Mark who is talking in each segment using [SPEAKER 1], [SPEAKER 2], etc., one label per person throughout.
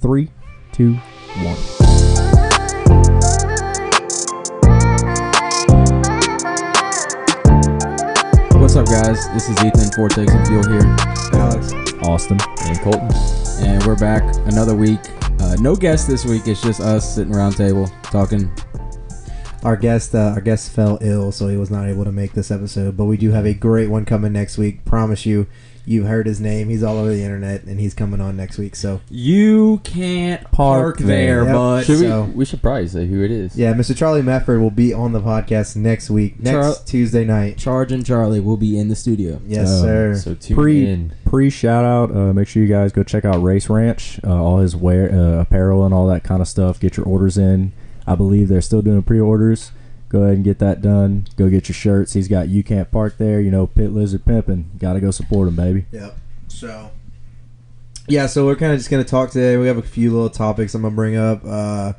[SPEAKER 1] Three, two, one.
[SPEAKER 2] What's up, guys? This is Ethan Vortex and Fuel here,
[SPEAKER 3] Alex.
[SPEAKER 1] Austin.
[SPEAKER 4] and Colton.
[SPEAKER 2] and we're back another week. Uh, no guest this week. It's just us sitting around table talking.
[SPEAKER 3] Our guest, uh, our guest fell ill, so he was not able to make this episode. But we do have a great one coming next week. Promise you, you heard his name. He's all over the internet, and he's coming on next week. So
[SPEAKER 2] You can't park,
[SPEAKER 1] Park there.
[SPEAKER 2] there,
[SPEAKER 3] Yep.
[SPEAKER 2] bud.
[SPEAKER 3] Should
[SPEAKER 4] Should
[SPEAKER 3] we-
[SPEAKER 4] we?
[SPEAKER 3] So-
[SPEAKER 4] We should probably say who it is.
[SPEAKER 3] yeah, Mr. Charlie Mefford will be on the podcast next week, next
[SPEAKER 2] Char-
[SPEAKER 3] Tuesday night.
[SPEAKER 2] Charge and Charlie will be in the studio.
[SPEAKER 3] Yes,
[SPEAKER 1] Um,
[SPEAKER 3] sir.
[SPEAKER 4] So tune
[SPEAKER 1] Pre-
[SPEAKER 4] in.
[SPEAKER 1] Pre shout out. Uh, make sure you guys go check out Race Ranch. Uh, all his wear, uh, apparel, and all that kind of stuff. Get your orders in. I believe they're still doing pre-orders. Go ahead and get that done. Go get your shirts. He's got you can't park there. You know, pit lizard pimping. Got to go support him, baby.
[SPEAKER 3] Yep. So. Yeah, so we're kind of just gonna talk today. We have a few little topics I'm gonna bring up. Uh,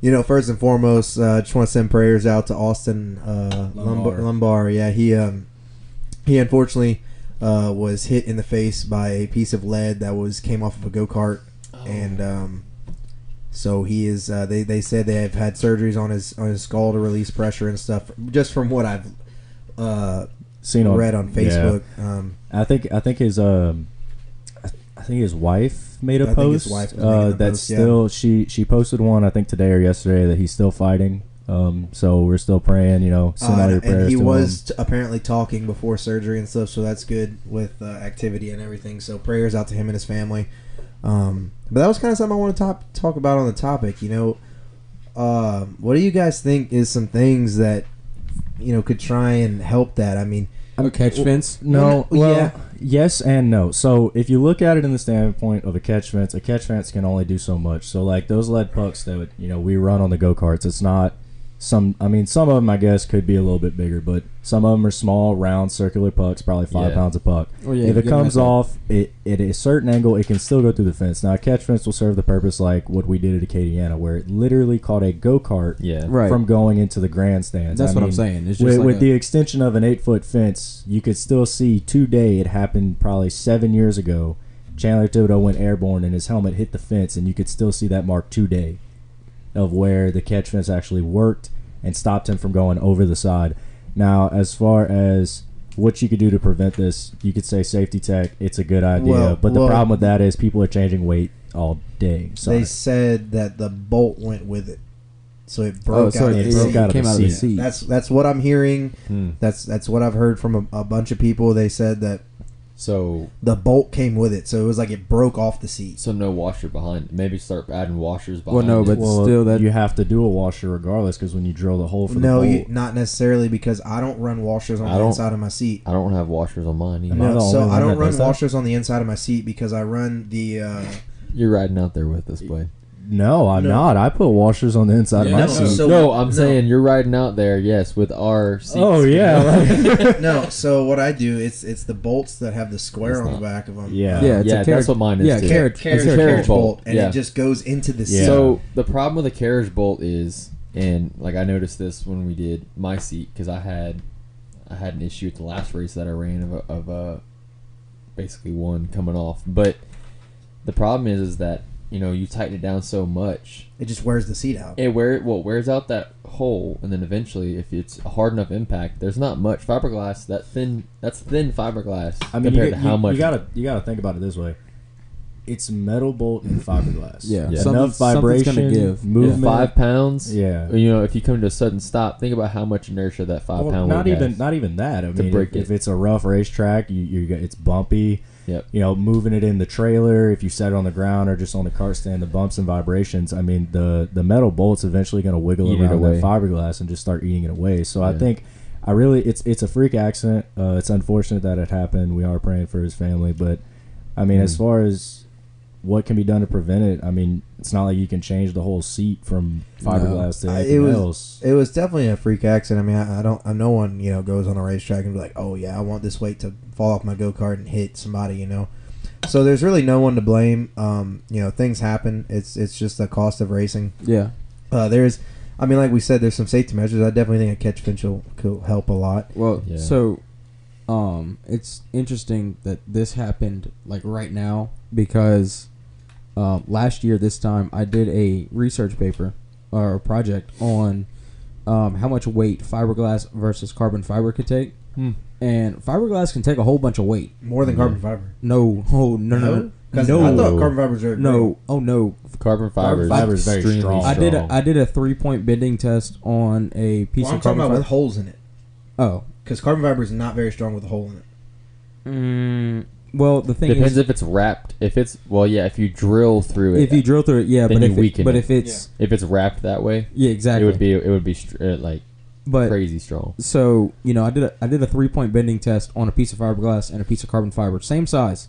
[SPEAKER 3] you know, first and foremost, uh, just want to send prayers out to Austin uh, Lumbar.
[SPEAKER 2] Lumbar.
[SPEAKER 3] Lumbar. Yeah, he um, he unfortunately uh, was hit in the face by a piece of lead that was came off of a go kart, and um, so he is. Uh, they they said they have had surgeries on his on his skull to release pressure and stuff. Just from what I've uh,
[SPEAKER 1] Seen on
[SPEAKER 3] read on
[SPEAKER 1] yeah.
[SPEAKER 3] Facebook. Um,
[SPEAKER 1] I think I think his um, I think his wife made a
[SPEAKER 3] I think his
[SPEAKER 1] post.
[SPEAKER 3] wife was
[SPEAKER 1] uh,
[SPEAKER 3] making a
[SPEAKER 1] that's
[SPEAKER 3] post, yeah.
[SPEAKER 1] still she she posted one I think today or yesterday that he's still fighting. Um, so we're still praying. You know, send
[SPEAKER 3] Uh,
[SPEAKER 1] all your
[SPEAKER 3] and-
[SPEAKER 1] prayers
[SPEAKER 3] and he
[SPEAKER 1] to
[SPEAKER 3] was
[SPEAKER 1] him.
[SPEAKER 3] t- apparently talking before surgery and stuff, so that's good with uh, activity and everything. So prayers out to him and his family. Um, but that was kind of something I want to top, talk about on the topic. You know, uh, what do you guys think is some things that you know could try and help that? I mean,
[SPEAKER 2] A catch fence.
[SPEAKER 1] No,
[SPEAKER 3] Well,
[SPEAKER 1] well,
[SPEAKER 3] yeah.
[SPEAKER 1] yes and no. So if you look at it in the standpoint of a catch fence, a catch fence can only do so much. So like those lead pucks that you know we run on the go karts, it's not some. I mean, some of them I guess could be a little bit bigger, but some of them are small, round, circular pucks, probably five
[SPEAKER 4] Yeah.
[SPEAKER 1] pounds a puck.
[SPEAKER 2] Oh, yeah,
[SPEAKER 1] if
[SPEAKER 2] you
[SPEAKER 1] it
[SPEAKER 2] get messed
[SPEAKER 1] comes
[SPEAKER 2] up.
[SPEAKER 1] off it, at a certain angle, it can still go through the fence. Now, a catch fence will serve the purpose like what we did at Acadiana, where it literally caught a go kart
[SPEAKER 4] Yeah.
[SPEAKER 2] Right.
[SPEAKER 1] from going into the grandstands.
[SPEAKER 2] That's
[SPEAKER 1] I
[SPEAKER 2] what I'm
[SPEAKER 1] mean,
[SPEAKER 2] saying. It's just
[SPEAKER 1] with,
[SPEAKER 2] like
[SPEAKER 1] with
[SPEAKER 2] a-
[SPEAKER 1] the extension of an eight foot fence, you could still see today. It happened probably seven years ago. Chandler Thibodeau went airborne and his helmet hit the fence, and you could still see that mark today of where the catch fence actually worked and stopped him from going over the side. Now, as far as what you could do to prevent this, you could say safety tech. It's a good idea,
[SPEAKER 3] Well-
[SPEAKER 1] but the
[SPEAKER 3] well-
[SPEAKER 1] problem with that is people are changing weight all day. So
[SPEAKER 3] they said that the bolt went with it, so it broke
[SPEAKER 2] Oh, so
[SPEAKER 3] out.
[SPEAKER 2] it,
[SPEAKER 3] of the
[SPEAKER 2] it
[SPEAKER 1] broke
[SPEAKER 3] seat.
[SPEAKER 1] out of
[SPEAKER 2] came
[SPEAKER 1] the
[SPEAKER 2] out of the
[SPEAKER 1] seat.
[SPEAKER 2] seat.
[SPEAKER 3] That's that's what I'm hearing.
[SPEAKER 4] Hmm.
[SPEAKER 3] That's that's what I've heard from a, a bunch of people. They said that
[SPEAKER 4] So
[SPEAKER 3] the bolt came with it, so it was like it broke off the seat.
[SPEAKER 4] so no washer behind. Maybe start adding washers behind.
[SPEAKER 2] Well, no,
[SPEAKER 4] it.
[SPEAKER 2] but still that-
[SPEAKER 1] you have to do a washer regardless because when you drill the hole for
[SPEAKER 3] No,
[SPEAKER 1] the bolt,
[SPEAKER 3] you, not necessarily because I don't run washers on
[SPEAKER 4] I
[SPEAKER 3] the
[SPEAKER 4] don't-
[SPEAKER 3] inside of my seat.
[SPEAKER 4] I don't have washers on mine either.
[SPEAKER 1] Am I
[SPEAKER 3] No,
[SPEAKER 1] the only
[SPEAKER 3] so I
[SPEAKER 1] one
[SPEAKER 3] don't
[SPEAKER 1] that
[SPEAKER 3] run
[SPEAKER 1] does that?
[SPEAKER 3] washers on the inside of my seat because I run the. Uh,
[SPEAKER 4] You're riding out there with us, boy.
[SPEAKER 1] No, I'm
[SPEAKER 3] No.
[SPEAKER 1] not. I put washers on the inside
[SPEAKER 4] Yeah,
[SPEAKER 1] of my
[SPEAKER 4] no,
[SPEAKER 1] seat.
[SPEAKER 3] so-
[SPEAKER 4] no, I'm
[SPEAKER 3] no.
[SPEAKER 4] saying you're riding out there. Yes, with our seats.
[SPEAKER 1] Oh, yeah.
[SPEAKER 3] no, so what I do it's it's the bolts that have the square
[SPEAKER 4] It's
[SPEAKER 3] on the
[SPEAKER 4] not-
[SPEAKER 3] back of them.
[SPEAKER 1] yeah.
[SPEAKER 2] yeah, it's
[SPEAKER 4] yeah,
[SPEAKER 2] a
[SPEAKER 4] that's
[SPEAKER 2] carriage,
[SPEAKER 4] what mine is,
[SPEAKER 2] Yeah,
[SPEAKER 4] too.
[SPEAKER 2] carriage,
[SPEAKER 3] carriage,
[SPEAKER 4] It's a carriage
[SPEAKER 3] bolt,
[SPEAKER 4] bolt,
[SPEAKER 3] and
[SPEAKER 4] yeah.
[SPEAKER 3] it just goes into the seat.
[SPEAKER 1] Yeah.
[SPEAKER 4] So the problem with a carriage bolt is, and like I noticed this when we did my seat because I had, I had an issue at the last race that I ran of a, of a, basically one coming off. But the problem is, is that you know you tighten it down so much,
[SPEAKER 3] it just wears the seat out.
[SPEAKER 4] it wear well it wears out that hole, and then eventually, if it's a hard enough impact, there's not much fiberglass. That thin, that's thin fiberglass
[SPEAKER 1] I mean, you,
[SPEAKER 4] compared
[SPEAKER 1] get-
[SPEAKER 4] to how
[SPEAKER 1] you-
[SPEAKER 4] much
[SPEAKER 1] you gotta you gotta think about it this way. It's metal bolt and fiberglass.
[SPEAKER 2] Yeah.
[SPEAKER 4] Yeah.
[SPEAKER 1] enough
[SPEAKER 2] Something's- something's
[SPEAKER 1] vibration,
[SPEAKER 2] gonna give.
[SPEAKER 1] movement.
[SPEAKER 4] five pounds.
[SPEAKER 1] Yeah.
[SPEAKER 4] You know, if you come to a sudden stop, think about how much inertia that five
[SPEAKER 1] Well,
[SPEAKER 4] pound
[SPEAKER 1] not
[SPEAKER 4] weight
[SPEAKER 1] even
[SPEAKER 4] has.
[SPEAKER 1] not even that. I
[SPEAKER 4] To
[SPEAKER 1] mean,
[SPEAKER 4] break
[SPEAKER 1] if, if
[SPEAKER 4] it.
[SPEAKER 1] it's a rough racetrack, you you got- it's bumpy.
[SPEAKER 4] Yep.
[SPEAKER 1] You know, moving it in the trailer, if you set it on the ground or just on the cart stand, the bumps and vibrations. I mean, the the metal bolt's eventually going to wiggle
[SPEAKER 4] Eat it
[SPEAKER 1] around
[SPEAKER 4] away.
[SPEAKER 1] that fiberglass and just start eating it away. So I
[SPEAKER 4] Yeah.
[SPEAKER 1] think I really it's it's a freak accident. Uh, it's unfortunate that it happened. We are praying for his family, but I mean,
[SPEAKER 4] Mm.
[SPEAKER 1] as far as what can be done to prevent it, I mean, it's not like you can change the whole seat from fiberglass to
[SPEAKER 3] I- it
[SPEAKER 1] anything
[SPEAKER 3] was-
[SPEAKER 1] else.
[SPEAKER 3] It was definitely a freak accident. I mean, I, I don't, I, no one, you know, goes on a racetrack and be like, oh yeah, I want this weight to fall off my go kart and hit somebody, you know. So there's really no one to blame. Um, you know, things happen. It's it's just the cost of racing.
[SPEAKER 2] yeah,
[SPEAKER 3] Uh, there's, I mean, like we said, there's some safety measures. I definitely think a catch fence will, could help a lot.
[SPEAKER 2] Well,
[SPEAKER 4] Yeah.
[SPEAKER 2] so um, it's interesting that this happened like right now because uh, last year this time I did a research paper or a project on um, how much weight fiberglass versus carbon fiber could take.
[SPEAKER 4] Hmm.
[SPEAKER 2] And fiberglass can take a whole bunch of weight.
[SPEAKER 3] More than carbon fiber.
[SPEAKER 2] No, oh no, no, no,
[SPEAKER 3] 'Cause I thought carbon fibers are
[SPEAKER 2] no, oh no.
[SPEAKER 4] Carbon fiber,
[SPEAKER 2] fiber
[SPEAKER 1] is very
[SPEAKER 4] extremely
[SPEAKER 1] strong.
[SPEAKER 2] I did a, I did a three point bending test on a piece
[SPEAKER 3] Well, I'm
[SPEAKER 2] of
[SPEAKER 3] talking
[SPEAKER 2] carbon
[SPEAKER 3] about
[SPEAKER 2] fiber.
[SPEAKER 3] with holes in it
[SPEAKER 2] oh,
[SPEAKER 3] because carbon fiber is not very strong with a hole in it.
[SPEAKER 2] mm, well the thing
[SPEAKER 4] Depends
[SPEAKER 2] is,
[SPEAKER 4] if it's wrapped. If it's well, yeah. If you drill through it,
[SPEAKER 2] if you drill through it, yeah,
[SPEAKER 4] Then
[SPEAKER 2] but
[SPEAKER 4] you
[SPEAKER 2] if it,
[SPEAKER 4] weaken
[SPEAKER 2] but
[SPEAKER 4] it.
[SPEAKER 2] if it's
[SPEAKER 4] if it's wrapped that way,
[SPEAKER 2] yeah, exactly.
[SPEAKER 4] it would be it would be str- uh, like
[SPEAKER 2] but
[SPEAKER 4] crazy strong.
[SPEAKER 2] so you know, I did a, I did a three point bending test on a piece of fiberglass and a piece of carbon fiber, same size.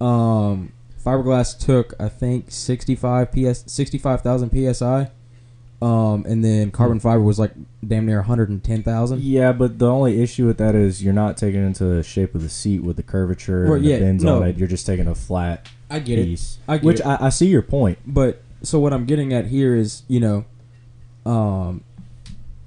[SPEAKER 2] Um, fiberglass took I think sixty five ps sixty five thousand psi, um, and then carbon fiber was like damn near one hundred and ten thousand.
[SPEAKER 1] Yeah, but the only issue with that is you're not taking into the shape of the seat with the curvature
[SPEAKER 2] Well,
[SPEAKER 1] and the
[SPEAKER 2] yeah,
[SPEAKER 1] bends
[SPEAKER 2] no.
[SPEAKER 1] on it. You're just taking a flat
[SPEAKER 2] I get it.
[SPEAKER 1] piece.
[SPEAKER 2] I get
[SPEAKER 1] Which
[SPEAKER 2] it.
[SPEAKER 1] I, I see your point.
[SPEAKER 2] but so what I'm getting at here is, you know, um,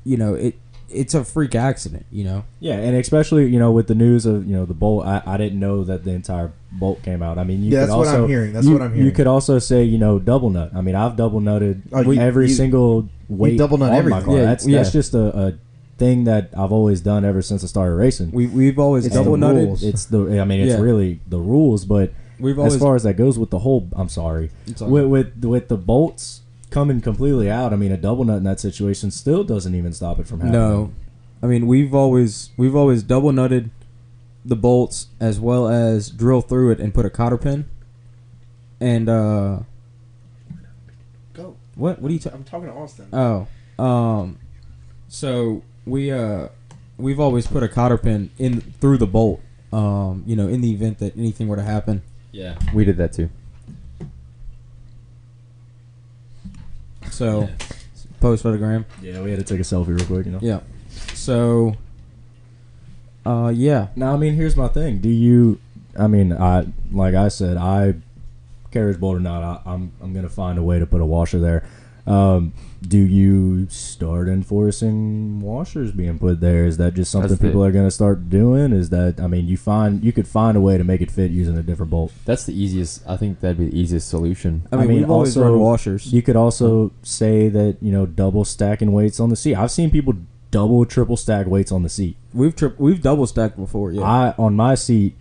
[SPEAKER 2] you know, it it's a freak accident, you know.
[SPEAKER 1] Yeah, and especially you know with the news of you know the bolt, I, I didn't know that the entire bolt came out. I mean, you
[SPEAKER 3] Yeah,
[SPEAKER 1] could
[SPEAKER 3] that's what
[SPEAKER 1] also,
[SPEAKER 3] I'm hearing. That's
[SPEAKER 1] you-
[SPEAKER 3] what I'm hearing.
[SPEAKER 1] You could also say you know double nut. I mean, I've double nutted
[SPEAKER 3] Oh, you-
[SPEAKER 1] every
[SPEAKER 3] you-
[SPEAKER 1] single weight
[SPEAKER 3] double nut
[SPEAKER 1] on my
[SPEAKER 3] everything.
[SPEAKER 1] car.
[SPEAKER 2] Yeah,
[SPEAKER 1] that's
[SPEAKER 2] yeah.
[SPEAKER 1] that's just a, a thing that I've always done ever since I started racing.
[SPEAKER 2] We we've always
[SPEAKER 1] It's
[SPEAKER 2] double
[SPEAKER 1] the
[SPEAKER 2] nutted.
[SPEAKER 1] rules. It's the I mean, it's
[SPEAKER 2] Yeah.
[SPEAKER 1] really the rules, but
[SPEAKER 2] We've
[SPEAKER 1] as
[SPEAKER 2] always
[SPEAKER 1] far as that goes with the whole I'm sorry.
[SPEAKER 2] It's all
[SPEAKER 1] With, with with the bolts coming completely out, I mean a double nut in that situation still doesn't even stop it from happening.
[SPEAKER 2] no. I mean, we've always we've always double nutted the bolts as well as drill through it and put a cotter pin. And uh
[SPEAKER 3] Go.
[SPEAKER 2] what what are you talking
[SPEAKER 3] I'm talking to Austin.
[SPEAKER 2] Oh, um, so we uh, we've always put a cotter pin in through the bolt. Um, you know, in the event that anything were to happen.
[SPEAKER 4] Yeah, we did that too.
[SPEAKER 2] So, post photogram.
[SPEAKER 1] Yeah, we had to take a selfie real quick, you know.
[SPEAKER 2] Yeah. So. Uh, yeah.
[SPEAKER 1] Now, I mean, here's my thing. Do you? I mean, I like I said, I carriage bolt or not, I, I'm I'm gonna find a way to put a washer there. Um, do you start enforcing washers being put there? Is that just something
[SPEAKER 4] That's the-
[SPEAKER 1] people are gonna start doing? Is that I mean, you find you could find a way to make it fit using a different bolt.
[SPEAKER 4] That's the easiest. I think that'd be the easiest solution.
[SPEAKER 2] I
[SPEAKER 1] I
[SPEAKER 2] mean,
[SPEAKER 1] mean,
[SPEAKER 2] we've always
[SPEAKER 1] also-
[SPEAKER 2] run washers.
[SPEAKER 1] You could also say that you know double stacking weights on the seat. I've seen people double, triple stack weights on the seat.
[SPEAKER 2] We've tri- we've double stacked before. Yeah.
[SPEAKER 1] I on my seat,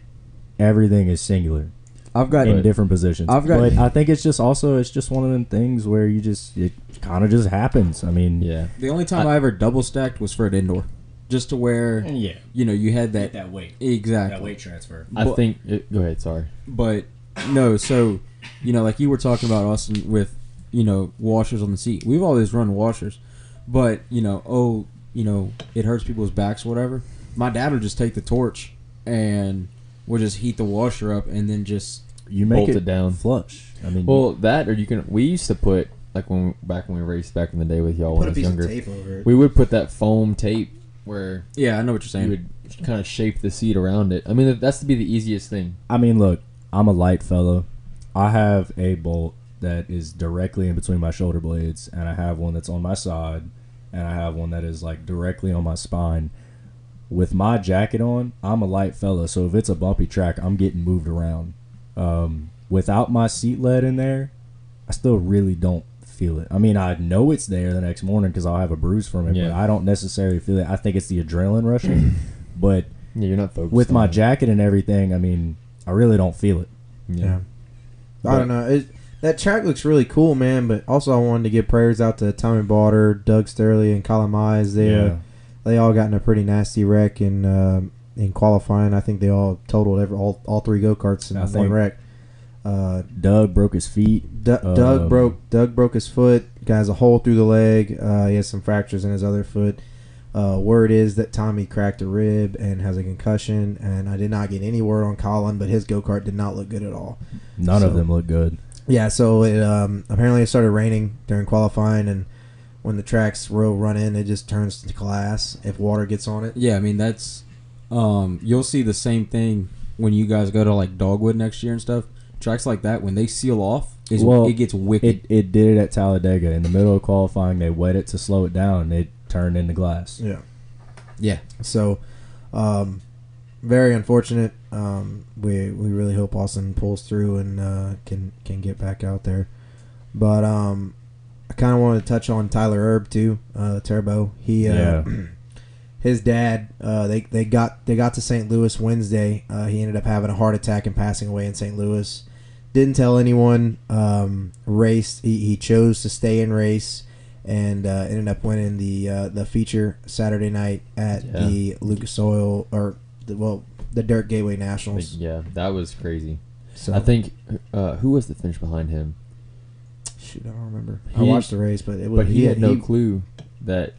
[SPEAKER 1] everything is singular.
[SPEAKER 2] I've got
[SPEAKER 1] in different positions.
[SPEAKER 2] I've got-
[SPEAKER 1] but I think it's just also it's just one of them things where you just it kind of just happens. I mean,
[SPEAKER 4] Yeah,
[SPEAKER 2] the only time I, ever double stacked was for an indoor, just to where
[SPEAKER 1] yeah,
[SPEAKER 2] you know you had that
[SPEAKER 1] weight,
[SPEAKER 2] exactly
[SPEAKER 1] transfer.
[SPEAKER 4] I
[SPEAKER 2] But-
[SPEAKER 4] think. It, go ahead. Sorry.
[SPEAKER 2] But no, so you know, like you were talking about Austin with you know washers on the seat. We've always run washers, but you know, oh, you know, it hurts people's backs, or whatever. My dad would just take the torch and would just heat the washer up, and then just
[SPEAKER 1] You make
[SPEAKER 4] Bolt
[SPEAKER 1] it,
[SPEAKER 4] it down.
[SPEAKER 1] flush. I mean,
[SPEAKER 4] Well, that or you can. We used to put like when back when we raced back in the day with y'all when
[SPEAKER 3] Put
[SPEAKER 4] I
[SPEAKER 3] a
[SPEAKER 4] was
[SPEAKER 3] piece
[SPEAKER 4] younger.
[SPEAKER 3] of tape over it.
[SPEAKER 4] We would put that foam tape where
[SPEAKER 2] yeah, I know what you're
[SPEAKER 4] you
[SPEAKER 2] saying.
[SPEAKER 4] would kind of shape the seat around it. I mean, that's to be the easiest thing.
[SPEAKER 1] I mean, look, I'm a light fellow. I have a bolt that is directly in between my shoulder blades, and I have one that's on my side, and I have one that is like directly on my spine. With my jacket on, I'm a light fella, so if it's a bumpy track, I'm getting moved around. Um, without my seat lead in there, I still really don't feel it. I mean, I know it's there the next morning because I'll have a bruise from it, but
[SPEAKER 4] Yeah.
[SPEAKER 1] I don't necessarily feel it. I think it's the adrenaline rushing, but
[SPEAKER 4] Yeah, you're not focused
[SPEAKER 1] with
[SPEAKER 4] on
[SPEAKER 1] my
[SPEAKER 4] it.
[SPEAKER 1] jacket and everything, I mean, I really don't feel it.
[SPEAKER 4] Yeah.
[SPEAKER 3] I don't know. It, that track looks really cool, man. But also, I wanted to give prayers out to Tommy Botter, Doug Sterling, and Colin Mize. They uh, they all got in a pretty nasty wreck in um in qualifying. I think they all totaled every all, all three go karts in
[SPEAKER 1] I
[SPEAKER 3] one
[SPEAKER 1] think-
[SPEAKER 3] wreck. Uh,
[SPEAKER 1] Doug broke his feet.
[SPEAKER 3] D- Doug
[SPEAKER 1] Um,
[SPEAKER 3] broke Doug broke his foot. Got has a hole through the leg. Uh, he has some fractures in his other foot. Uh, word is that Tommy cracked a rib and has a concussion. And I did not get any word on Colin, but his go kart did not look good at all.
[SPEAKER 1] None of
[SPEAKER 3] So-
[SPEAKER 1] them look good.
[SPEAKER 3] Yeah, so it um, apparently it started raining during qualifying, and when the tracks row run in, it just turns to glass if water gets on it.
[SPEAKER 2] Yeah, I mean that's um you'll see the same thing when you guys go to like Dogwood next year and stuff. Tracks like that when they seal off, is
[SPEAKER 1] Well,
[SPEAKER 2] it gets wicked.
[SPEAKER 1] It it did it at Talladega in the middle of qualifying. They wet it to slow it down. and It turned into glass.
[SPEAKER 3] Yeah.
[SPEAKER 2] Yeah.
[SPEAKER 3] So, um, very unfortunate. Um, we we really hope Austin pulls through and uh, can can get back out there. But um, I kind of want to touch on Tyler Herb too. Uh, Turbo. He uh,
[SPEAKER 1] Yeah.
[SPEAKER 3] his dad. Uh, they they got they got to St. Louis Wednesday. Uh, he ended up having a heart attack and passing away in St. Louis. Didn't tell anyone. Um, raced. He, he chose to stay in race. And uh, ended up winning the uh, the feature Saturday night at
[SPEAKER 4] Yeah.
[SPEAKER 3] the Lucas Oil or the, well, the Dirt Gateway
[SPEAKER 4] Like,
[SPEAKER 3] Nationals.
[SPEAKER 4] yeah, that was crazy.
[SPEAKER 3] So
[SPEAKER 4] I think uh, who was the finish behind him?
[SPEAKER 3] shoot, I don't remember. I
[SPEAKER 4] He-
[SPEAKER 3] watched the race, but it was
[SPEAKER 4] But he had no
[SPEAKER 3] he-
[SPEAKER 4] clue that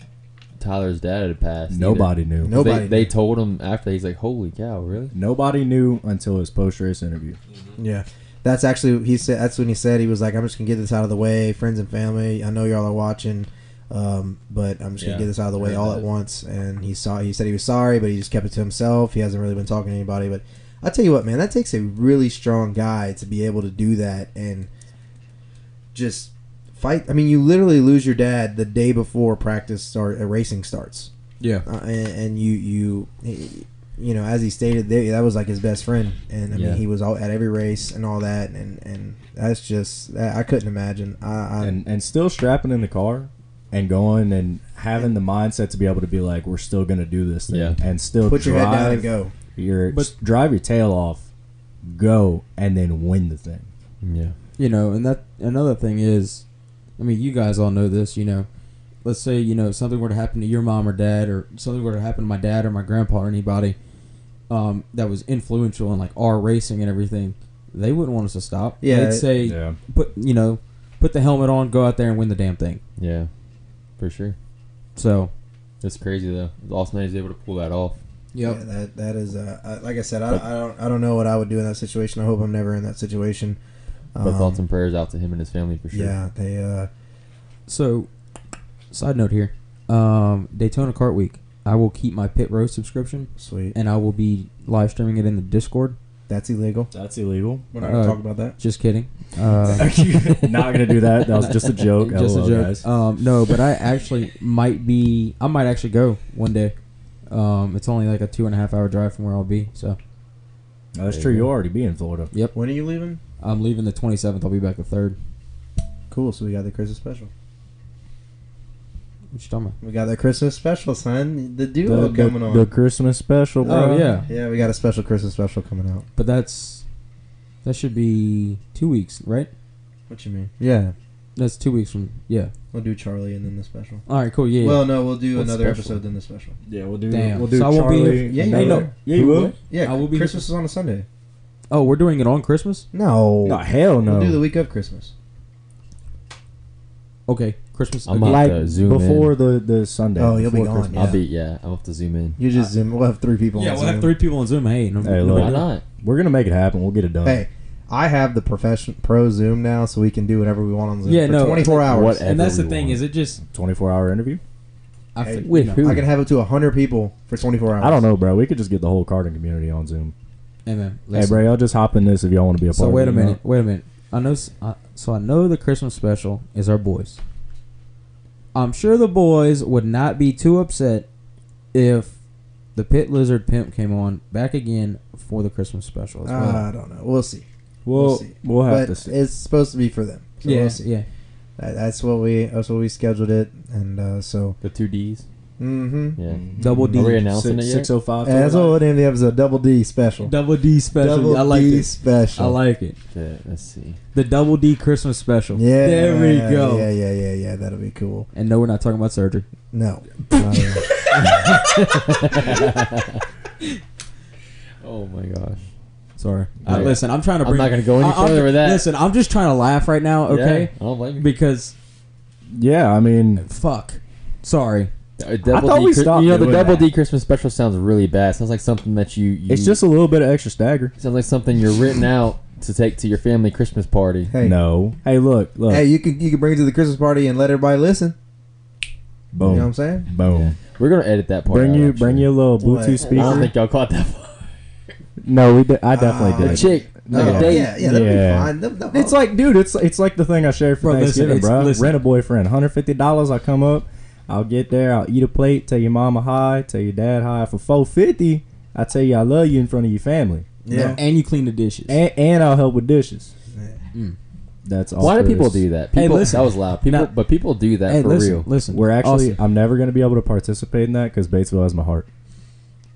[SPEAKER 4] Tyler's dad had passed. either.
[SPEAKER 1] Nobody knew.
[SPEAKER 3] Nope. Nobody
[SPEAKER 4] They, they
[SPEAKER 3] knew.
[SPEAKER 4] told him after. He's like, "Holy cow, really?"
[SPEAKER 1] Nobody knew until his post race interview.
[SPEAKER 3] Yeah, that's actually he said. That's when he said he was like, "I'm just gonna get this out of the way, friends and family. I know y'all are watching, um, but I'm just gonna
[SPEAKER 4] Yeah,
[SPEAKER 3] get this out of the way
[SPEAKER 4] heard
[SPEAKER 3] all at
[SPEAKER 4] that.
[SPEAKER 3] once." And he saw. He said he was sorry, but he just kept it to himself. He hasn't really been talking to anybody. But I tell you what, man, that takes a really strong guy to be able to do that and just fight. I mean, you literally lose your dad the day before practice start uh, racing starts.
[SPEAKER 2] Yeah.
[SPEAKER 3] uh, and, and you you you know as he stated they, that was like his best friend and i
[SPEAKER 4] Yeah.
[SPEAKER 3] mean he was all at every race and all that and and that's just that i couldn't imagine i, I
[SPEAKER 1] And and still strapping in the car and going and having the mindset to be able to be like, we're still gonna do this thing
[SPEAKER 4] Yeah.
[SPEAKER 1] and still
[SPEAKER 3] put your
[SPEAKER 1] drive
[SPEAKER 3] head down and go
[SPEAKER 1] your
[SPEAKER 2] But-
[SPEAKER 1] drive your tail off, go and then win the thing.
[SPEAKER 4] Yeah.
[SPEAKER 2] you know and that another thing is i mean you guys all know this you know let's say you know something were to happen to your mom or dad or something were to happen to my dad or my grandpa or anybody um, that was influential in like our racing and everything they wouldn't want us to stop
[SPEAKER 3] Yeah,
[SPEAKER 2] they'd say
[SPEAKER 1] Yeah.
[SPEAKER 2] put you know put the helmet on go out there and win the damn thing
[SPEAKER 4] Yeah. For sure.
[SPEAKER 2] so
[SPEAKER 4] It's crazy though. Austin Hayes able to pull that off.
[SPEAKER 3] yeah that that is uh I, like i said I, I don't i don't know what i would do in that situation i hope i'm never in that situation
[SPEAKER 4] But thoughts and prayers out to him and his family for sure.
[SPEAKER 3] Um, yeah they uh
[SPEAKER 2] so side note here um, daytona kart week i will keep my pit road subscription
[SPEAKER 3] sweet
[SPEAKER 2] and i will be live streaming it in the discord
[SPEAKER 3] that's illegal
[SPEAKER 1] That's illegal.
[SPEAKER 3] we're
[SPEAKER 2] not gonna Uh, talk
[SPEAKER 3] about that
[SPEAKER 2] just kidding uh,
[SPEAKER 1] Not gonna do that. That was just a joke.
[SPEAKER 2] Just
[SPEAKER 1] LOL,
[SPEAKER 2] a joke.
[SPEAKER 1] guys.
[SPEAKER 2] Um, no, but I actually might be. I might actually go one day. Um, it's only like a two and a half hour drive from where I'll be. So
[SPEAKER 1] No, that's true. You'll already be in Florida.
[SPEAKER 3] when are you leaving
[SPEAKER 2] I'm leaving the 27th. I'll be back the third.
[SPEAKER 3] cool so we got the christmas special
[SPEAKER 2] What you talking about?
[SPEAKER 3] we got the christmas special son the duo
[SPEAKER 1] The, the-
[SPEAKER 3] coming on
[SPEAKER 1] the Christmas special, bro.
[SPEAKER 2] Oh yeah,
[SPEAKER 3] yeah we got a special christmas special coming out
[SPEAKER 2] but that's that should be two weeks, right?
[SPEAKER 3] what you mean yeah
[SPEAKER 2] That's two weeks from yeah.
[SPEAKER 3] We'll do Charlie and then the special.
[SPEAKER 2] All right, cool. Yeah. yeah.
[SPEAKER 3] Well, no, we'll do
[SPEAKER 2] What's
[SPEAKER 3] another
[SPEAKER 2] special?
[SPEAKER 3] episode then the special.
[SPEAKER 1] Yeah, we'll do.
[SPEAKER 2] Damn.
[SPEAKER 1] We'll do
[SPEAKER 2] So I
[SPEAKER 1] Charlie.
[SPEAKER 2] won't be here-
[SPEAKER 3] Yeah,
[SPEAKER 1] and
[SPEAKER 3] you
[SPEAKER 1] Tyler.
[SPEAKER 3] will.
[SPEAKER 1] Yeah, you
[SPEAKER 2] Who
[SPEAKER 1] will.
[SPEAKER 2] will?
[SPEAKER 3] Yeah,
[SPEAKER 2] I will be-
[SPEAKER 3] Christmas is on a Sunday.
[SPEAKER 2] oh, we're doing it on Christmas.
[SPEAKER 3] No,
[SPEAKER 1] No, hell no.
[SPEAKER 3] we'll do the week of Christmas.
[SPEAKER 2] Okay, Christmas.
[SPEAKER 4] I'm
[SPEAKER 2] okay.
[SPEAKER 4] out.
[SPEAKER 1] like
[SPEAKER 4] to zoom
[SPEAKER 1] before the the Sunday.
[SPEAKER 3] Oh, you'll be
[SPEAKER 1] before
[SPEAKER 3] gone,
[SPEAKER 1] Christmas.
[SPEAKER 4] I'll
[SPEAKER 3] Yeah.
[SPEAKER 4] be yeah, I'll have to zoom in.
[SPEAKER 3] You just zoom. We'll have three people.
[SPEAKER 2] yeah,
[SPEAKER 3] on
[SPEAKER 2] we'll have
[SPEAKER 3] Zoom.
[SPEAKER 2] three people on Zoom. Hey, no,
[SPEAKER 1] Hey,
[SPEAKER 2] no
[SPEAKER 1] look.
[SPEAKER 4] Why
[SPEAKER 2] big deal.
[SPEAKER 4] not?
[SPEAKER 1] We're gonna make it happen. We'll get it done.
[SPEAKER 3] Hey, I have the profession pro Zoom now, so we can do whatever we want on Zoom.
[SPEAKER 2] Yeah,
[SPEAKER 3] for
[SPEAKER 2] no.
[SPEAKER 3] 24 hours.
[SPEAKER 4] Whatever
[SPEAKER 2] And that's the
[SPEAKER 4] we
[SPEAKER 2] thing
[SPEAKER 4] want.
[SPEAKER 2] is, it just
[SPEAKER 1] Twenty-four hour interview.
[SPEAKER 2] I
[SPEAKER 3] Hey,
[SPEAKER 2] think,
[SPEAKER 4] with
[SPEAKER 2] you know,
[SPEAKER 4] who?
[SPEAKER 3] I can have it to 100 people for 24 hours.
[SPEAKER 1] I don't know, bro. We could just get the whole carding community on Zoom.
[SPEAKER 2] Hey man,
[SPEAKER 1] Hey,
[SPEAKER 2] listen.
[SPEAKER 1] bro, y'all just hop in this if y'all want to be a part.
[SPEAKER 2] So
[SPEAKER 1] of
[SPEAKER 2] wait
[SPEAKER 1] it,
[SPEAKER 2] a
[SPEAKER 1] you know?
[SPEAKER 2] minute. Wait a minute. I know. s- I- So I know the Christmas special is our boys. I'm sure the boys would not be too upset if the pit lizard pimp came on back again for the Christmas special as
[SPEAKER 3] Uh,
[SPEAKER 2] well.
[SPEAKER 3] I don't know. We'll see.
[SPEAKER 1] We'll
[SPEAKER 3] We'll see.
[SPEAKER 1] we'll have to
[SPEAKER 3] but
[SPEAKER 1] see.
[SPEAKER 3] it's supposed to be for them. So
[SPEAKER 2] yeah,
[SPEAKER 3] we'll see.
[SPEAKER 2] yeah.
[SPEAKER 3] That, that's what we that's what we scheduled it, and uh, so.
[SPEAKER 4] The two D's.
[SPEAKER 3] Mm-hmm.
[SPEAKER 4] Yeah.
[SPEAKER 2] Double
[SPEAKER 4] Are we
[SPEAKER 2] D,
[SPEAKER 4] announcing it yet?
[SPEAKER 1] Six oh five.
[SPEAKER 3] That's what we'll name the episode. Double D special.
[SPEAKER 2] double D special.
[SPEAKER 3] Double
[SPEAKER 2] I like
[SPEAKER 3] D
[SPEAKER 2] it. I
[SPEAKER 3] special.
[SPEAKER 2] like it.
[SPEAKER 4] Yeah, let's see.
[SPEAKER 2] The double D Christmas special.
[SPEAKER 3] Yeah.
[SPEAKER 2] There we go.
[SPEAKER 3] Yeah, yeah, yeah, yeah. That'll be cool.
[SPEAKER 2] And no, we're not talking about surgery.
[SPEAKER 3] No. Uh, Not at all.
[SPEAKER 4] Oh my gosh.
[SPEAKER 2] Sorry.
[SPEAKER 4] Oh,
[SPEAKER 2] Uh,
[SPEAKER 4] yeah.
[SPEAKER 2] Listen, I'm trying to
[SPEAKER 4] I'm
[SPEAKER 2] bring.
[SPEAKER 4] not gonna go any
[SPEAKER 2] I- I'm
[SPEAKER 4] further
[SPEAKER 2] ju-
[SPEAKER 4] with that.
[SPEAKER 2] Listen, I'm just trying to laugh right now. Okay.
[SPEAKER 4] Yeah, I don't blame you.
[SPEAKER 2] Because
[SPEAKER 1] Yeah, I mean,
[SPEAKER 2] fuck. Sorry.
[SPEAKER 4] A double
[SPEAKER 1] thought
[SPEAKER 4] D
[SPEAKER 1] we
[SPEAKER 4] Chri-
[SPEAKER 1] stopped
[SPEAKER 4] You know, the
[SPEAKER 1] doing
[SPEAKER 4] double
[SPEAKER 1] that.
[SPEAKER 4] D Christmas special sounds really bad. Sounds like something that you. you
[SPEAKER 1] it's just a little bit of extra stagger.
[SPEAKER 4] sounds like something you're written out to take to your family Christmas party.
[SPEAKER 3] Hey,
[SPEAKER 1] No. Hey, look, look.
[SPEAKER 3] hey, you can you can bring it to the Christmas party and let everybody listen.
[SPEAKER 1] boom,
[SPEAKER 3] You know what I'm saying?
[SPEAKER 1] boom.
[SPEAKER 4] We're gonna edit that part.
[SPEAKER 1] Bring
[SPEAKER 4] out,
[SPEAKER 1] you,
[SPEAKER 4] actually.
[SPEAKER 1] bring you a little
[SPEAKER 3] What?
[SPEAKER 1] Bluetooth
[SPEAKER 3] I
[SPEAKER 4] I don't
[SPEAKER 1] speaker.
[SPEAKER 4] think y'all caught that. Far.
[SPEAKER 1] no, we. Did, I definitely
[SPEAKER 3] Uh,
[SPEAKER 1] did.
[SPEAKER 4] The chick.
[SPEAKER 3] No,
[SPEAKER 4] like, they-
[SPEAKER 3] yeah, yeah, that'll
[SPEAKER 1] yeah.
[SPEAKER 3] be fine. No, no,
[SPEAKER 1] Ah, It's like, dude, it's it's like the thing I shared for
[SPEAKER 2] Bro, listen,
[SPEAKER 1] Thanksgiving,
[SPEAKER 2] it's-
[SPEAKER 1] bro.
[SPEAKER 2] listen.
[SPEAKER 1] Rent a boyfriend, hundred fifty dollars. I come up, I'll get there, I'll eat a plate, tell your mama hi, tell your dad hi for four fifty. I tell you I love you in front of your family,
[SPEAKER 3] Yeah.
[SPEAKER 2] And you clean the dishes.
[SPEAKER 1] and, and I'll help with dishes.
[SPEAKER 2] Mm.
[SPEAKER 1] That's all.
[SPEAKER 4] Why do
[SPEAKER 1] for
[SPEAKER 4] people
[SPEAKER 1] this.
[SPEAKER 4] do that?
[SPEAKER 2] Hey,
[SPEAKER 4] People,
[SPEAKER 2] listen.
[SPEAKER 4] that was loud. People,
[SPEAKER 2] Now-
[SPEAKER 4] but people do that
[SPEAKER 2] hey,
[SPEAKER 4] for
[SPEAKER 2] listen,
[SPEAKER 4] real.
[SPEAKER 2] listen.
[SPEAKER 1] We're actually.
[SPEAKER 2] Austin,
[SPEAKER 1] I'm never going to be able to participate in that because Batesville has my heart.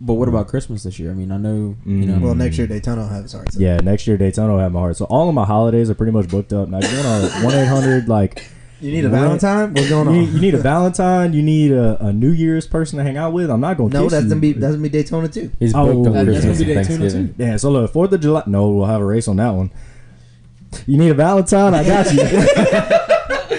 [SPEAKER 2] but what about Christmas this year? I mean, I know you
[SPEAKER 1] Mm.
[SPEAKER 2] know.
[SPEAKER 1] Well,
[SPEAKER 3] Well, next year Daytona will have sorry. So.
[SPEAKER 1] Yeah, next year Daytona will have my heart. So all of my holidays are pretty much booked up. Now you're on a one eight hundred like
[SPEAKER 3] You need a
[SPEAKER 1] What?
[SPEAKER 3] Valentine? What's going
[SPEAKER 1] you,
[SPEAKER 3] on?
[SPEAKER 1] you need a Valentine. You need a, a New Year's person to hang out with. I'm not going to
[SPEAKER 3] no,
[SPEAKER 1] kiss
[SPEAKER 3] that's
[SPEAKER 1] you.
[SPEAKER 3] gonna be that's gonna be Daytona too.
[SPEAKER 4] He's
[SPEAKER 1] Oh,
[SPEAKER 4] booked on
[SPEAKER 1] that's
[SPEAKER 4] Christmas
[SPEAKER 1] gonna
[SPEAKER 2] be
[SPEAKER 4] and
[SPEAKER 2] Daytona
[SPEAKER 4] Thanksgiving.
[SPEAKER 1] yeah. So look, Fourth of July. No, we'll have a race on that one. You need a Valentine. I got you.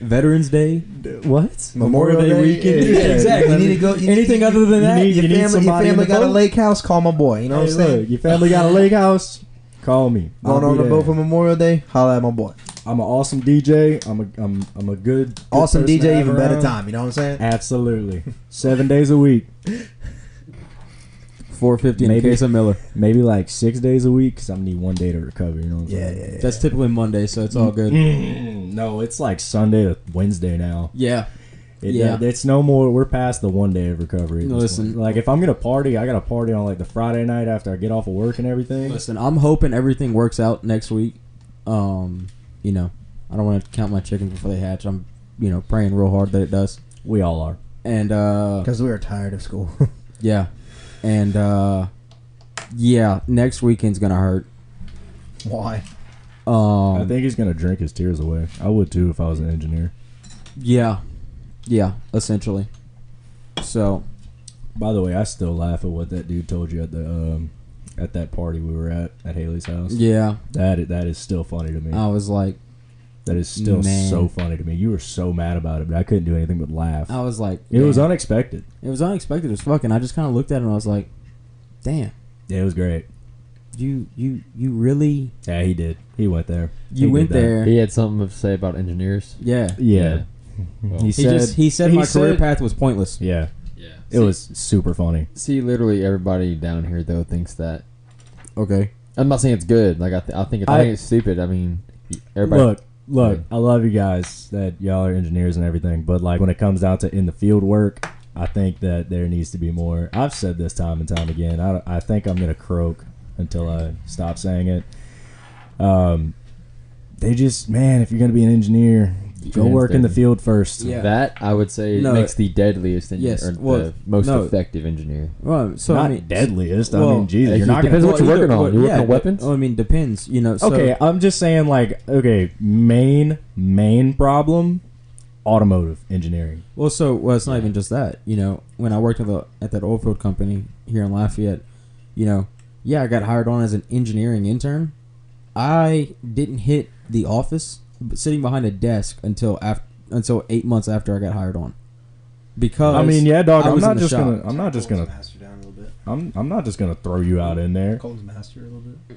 [SPEAKER 2] Veterans Day,
[SPEAKER 1] what?
[SPEAKER 3] Memorial Day weekend.
[SPEAKER 2] Yeah, exactly.
[SPEAKER 3] You need to go. You
[SPEAKER 2] Anything
[SPEAKER 3] need,
[SPEAKER 2] other than that?
[SPEAKER 1] need-
[SPEAKER 3] your
[SPEAKER 1] you need
[SPEAKER 3] family, your
[SPEAKER 1] somebody in
[SPEAKER 3] family
[SPEAKER 1] the
[SPEAKER 3] got a
[SPEAKER 1] boat?
[SPEAKER 3] lake house. Call my boy. You know what
[SPEAKER 1] Hey,
[SPEAKER 3] I'm
[SPEAKER 1] look,
[SPEAKER 3] saying?
[SPEAKER 1] your family got a lake house. Call me.
[SPEAKER 3] Going
[SPEAKER 1] I'll
[SPEAKER 3] on
[SPEAKER 1] be
[SPEAKER 3] the
[SPEAKER 1] there.
[SPEAKER 3] boat for Memorial Day. Holla at my boy.
[SPEAKER 1] I'm an awesome DJ. I'm a I'm I'm a good, good
[SPEAKER 3] Awesome
[SPEAKER 1] person to
[SPEAKER 3] DJ,
[SPEAKER 1] have
[SPEAKER 3] even better
[SPEAKER 1] around.
[SPEAKER 3] time. You know what I'm saying?
[SPEAKER 1] Absolutely. Seven days a week,
[SPEAKER 2] four fifty in a
[SPEAKER 1] Maybe.
[SPEAKER 2] case of Miller.
[SPEAKER 1] maybe like six days a week, cause I need one day to recover. You know what I'm
[SPEAKER 3] Yeah,
[SPEAKER 1] saying?
[SPEAKER 3] yeah, yeah.
[SPEAKER 2] That's typically Monday, so it's all good.
[SPEAKER 1] Mm, no, it's like Sunday to Wednesday now.
[SPEAKER 2] Yeah,
[SPEAKER 1] It,
[SPEAKER 2] Yeah.
[SPEAKER 1] it's no more. We're past the one day of recovery. at this
[SPEAKER 2] Listen.
[SPEAKER 1] point. like if I'm gonna party, I gotta party on like the Friday night after I get off of work and everything.
[SPEAKER 2] listen, I'm hoping everything works out next week. Um, you know, I don't want to count my chickens before they hatch. I'm, you know, praying real hard that it does.
[SPEAKER 1] We all are.
[SPEAKER 2] And uh,
[SPEAKER 3] Because we were tired of school.
[SPEAKER 2] yeah, and uh, yeah, next weekend's gonna hurt.
[SPEAKER 3] Why?
[SPEAKER 2] Um,
[SPEAKER 1] I think he's gonna drink his tears away. I would too if I was an engineer.
[SPEAKER 2] yeah, yeah, essentially. So
[SPEAKER 1] By the way, I still laugh at what that dude told you at the um, at that party we were at at Haley's house.
[SPEAKER 2] yeah,
[SPEAKER 1] That that is still funny to me.
[SPEAKER 2] I was like.
[SPEAKER 1] that is still
[SPEAKER 2] man.
[SPEAKER 1] so
[SPEAKER 2] Oh,
[SPEAKER 1] funny to me. You were so mad about it, but I couldn't do anything but laugh.
[SPEAKER 2] I was like,
[SPEAKER 1] it was
[SPEAKER 2] damn.
[SPEAKER 1] unexpected.
[SPEAKER 2] it was unexpected as fuck, and I just kind of looked at him. and I was like, damn,
[SPEAKER 1] Yeah, it was great.
[SPEAKER 2] you you you really
[SPEAKER 1] Yeah, he did. He went there.
[SPEAKER 2] you
[SPEAKER 1] He
[SPEAKER 2] went
[SPEAKER 1] did that.
[SPEAKER 2] there,
[SPEAKER 4] He had something to say about engineers.
[SPEAKER 2] yeah.
[SPEAKER 1] Yeah.
[SPEAKER 4] Well,
[SPEAKER 1] He
[SPEAKER 2] He
[SPEAKER 1] said-
[SPEAKER 2] just he said
[SPEAKER 1] he
[SPEAKER 2] my career
[SPEAKER 1] said-
[SPEAKER 2] path was pointless.
[SPEAKER 1] Yeah.
[SPEAKER 4] yeah.
[SPEAKER 1] It was super funny.
[SPEAKER 4] See, literally everybody down here though thinks that.
[SPEAKER 2] Okay,
[SPEAKER 4] I'm not saying it's good. Like I, th- I think it, I,
[SPEAKER 1] I-
[SPEAKER 4] think it's stupid. I mean, everybody.
[SPEAKER 1] Look, look, I love you guys that y'all are engineers and everything, but like when it comes down to in the field work, I think that there needs to be more. I've said this time and time again. I, I think I'm gonna croak until I stop saying it. Um, they just man, if you're gonna be an engineer, go
[SPEAKER 4] Hands
[SPEAKER 1] work in the
[SPEAKER 4] down.
[SPEAKER 1] field first.
[SPEAKER 2] Yeah.
[SPEAKER 4] That I would say
[SPEAKER 2] No.
[SPEAKER 4] makes the deadliest engineer,
[SPEAKER 2] Yes,
[SPEAKER 4] or
[SPEAKER 2] well,
[SPEAKER 4] the most
[SPEAKER 2] no.
[SPEAKER 4] effective engineer.
[SPEAKER 2] well, so
[SPEAKER 1] not
[SPEAKER 2] I mean,
[SPEAKER 1] deadliest. I
[SPEAKER 2] well,
[SPEAKER 1] mean, Jesus,
[SPEAKER 4] it
[SPEAKER 1] you're not gonna
[SPEAKER 4] depends what you're working on. You're working on
[SPEAKER 2] but-
[SPEAKER 4] weapons?
[SPEAKER 2] oh, I mean, depends. You know. So,
[SPEAKER 1] okay, I'm just saying, like, okay, main main problem, automotive engineering.
[SPEAKER 2] Well, so well, it's not even just that. You know, when I worked at the at that oil field company here in Lafayette, you know, yeah, I got hired on as an engineering intern. I didn't hit the office but sitting behind a desk until after until eight months after I got hired on. Because
[SPEAKER 1] I mean, yeah, dog.
[SPEAKER 2] I
[SPEAKER 1] I'm
[SPEAKER 2] was in
[SPEAKER 1] not
[SPEAKER 2] the
[SPEAKER 1] just
[SPEAKER 2] shop.
[SPEAKER 1] gonna. I'm not just gonna.
[SPEAKER 3] master down a little bit.
[SPEAKER 1] I'm. I'm not just gonna throw you out in there.
[SPEAKER 3] Cole's master a little bit.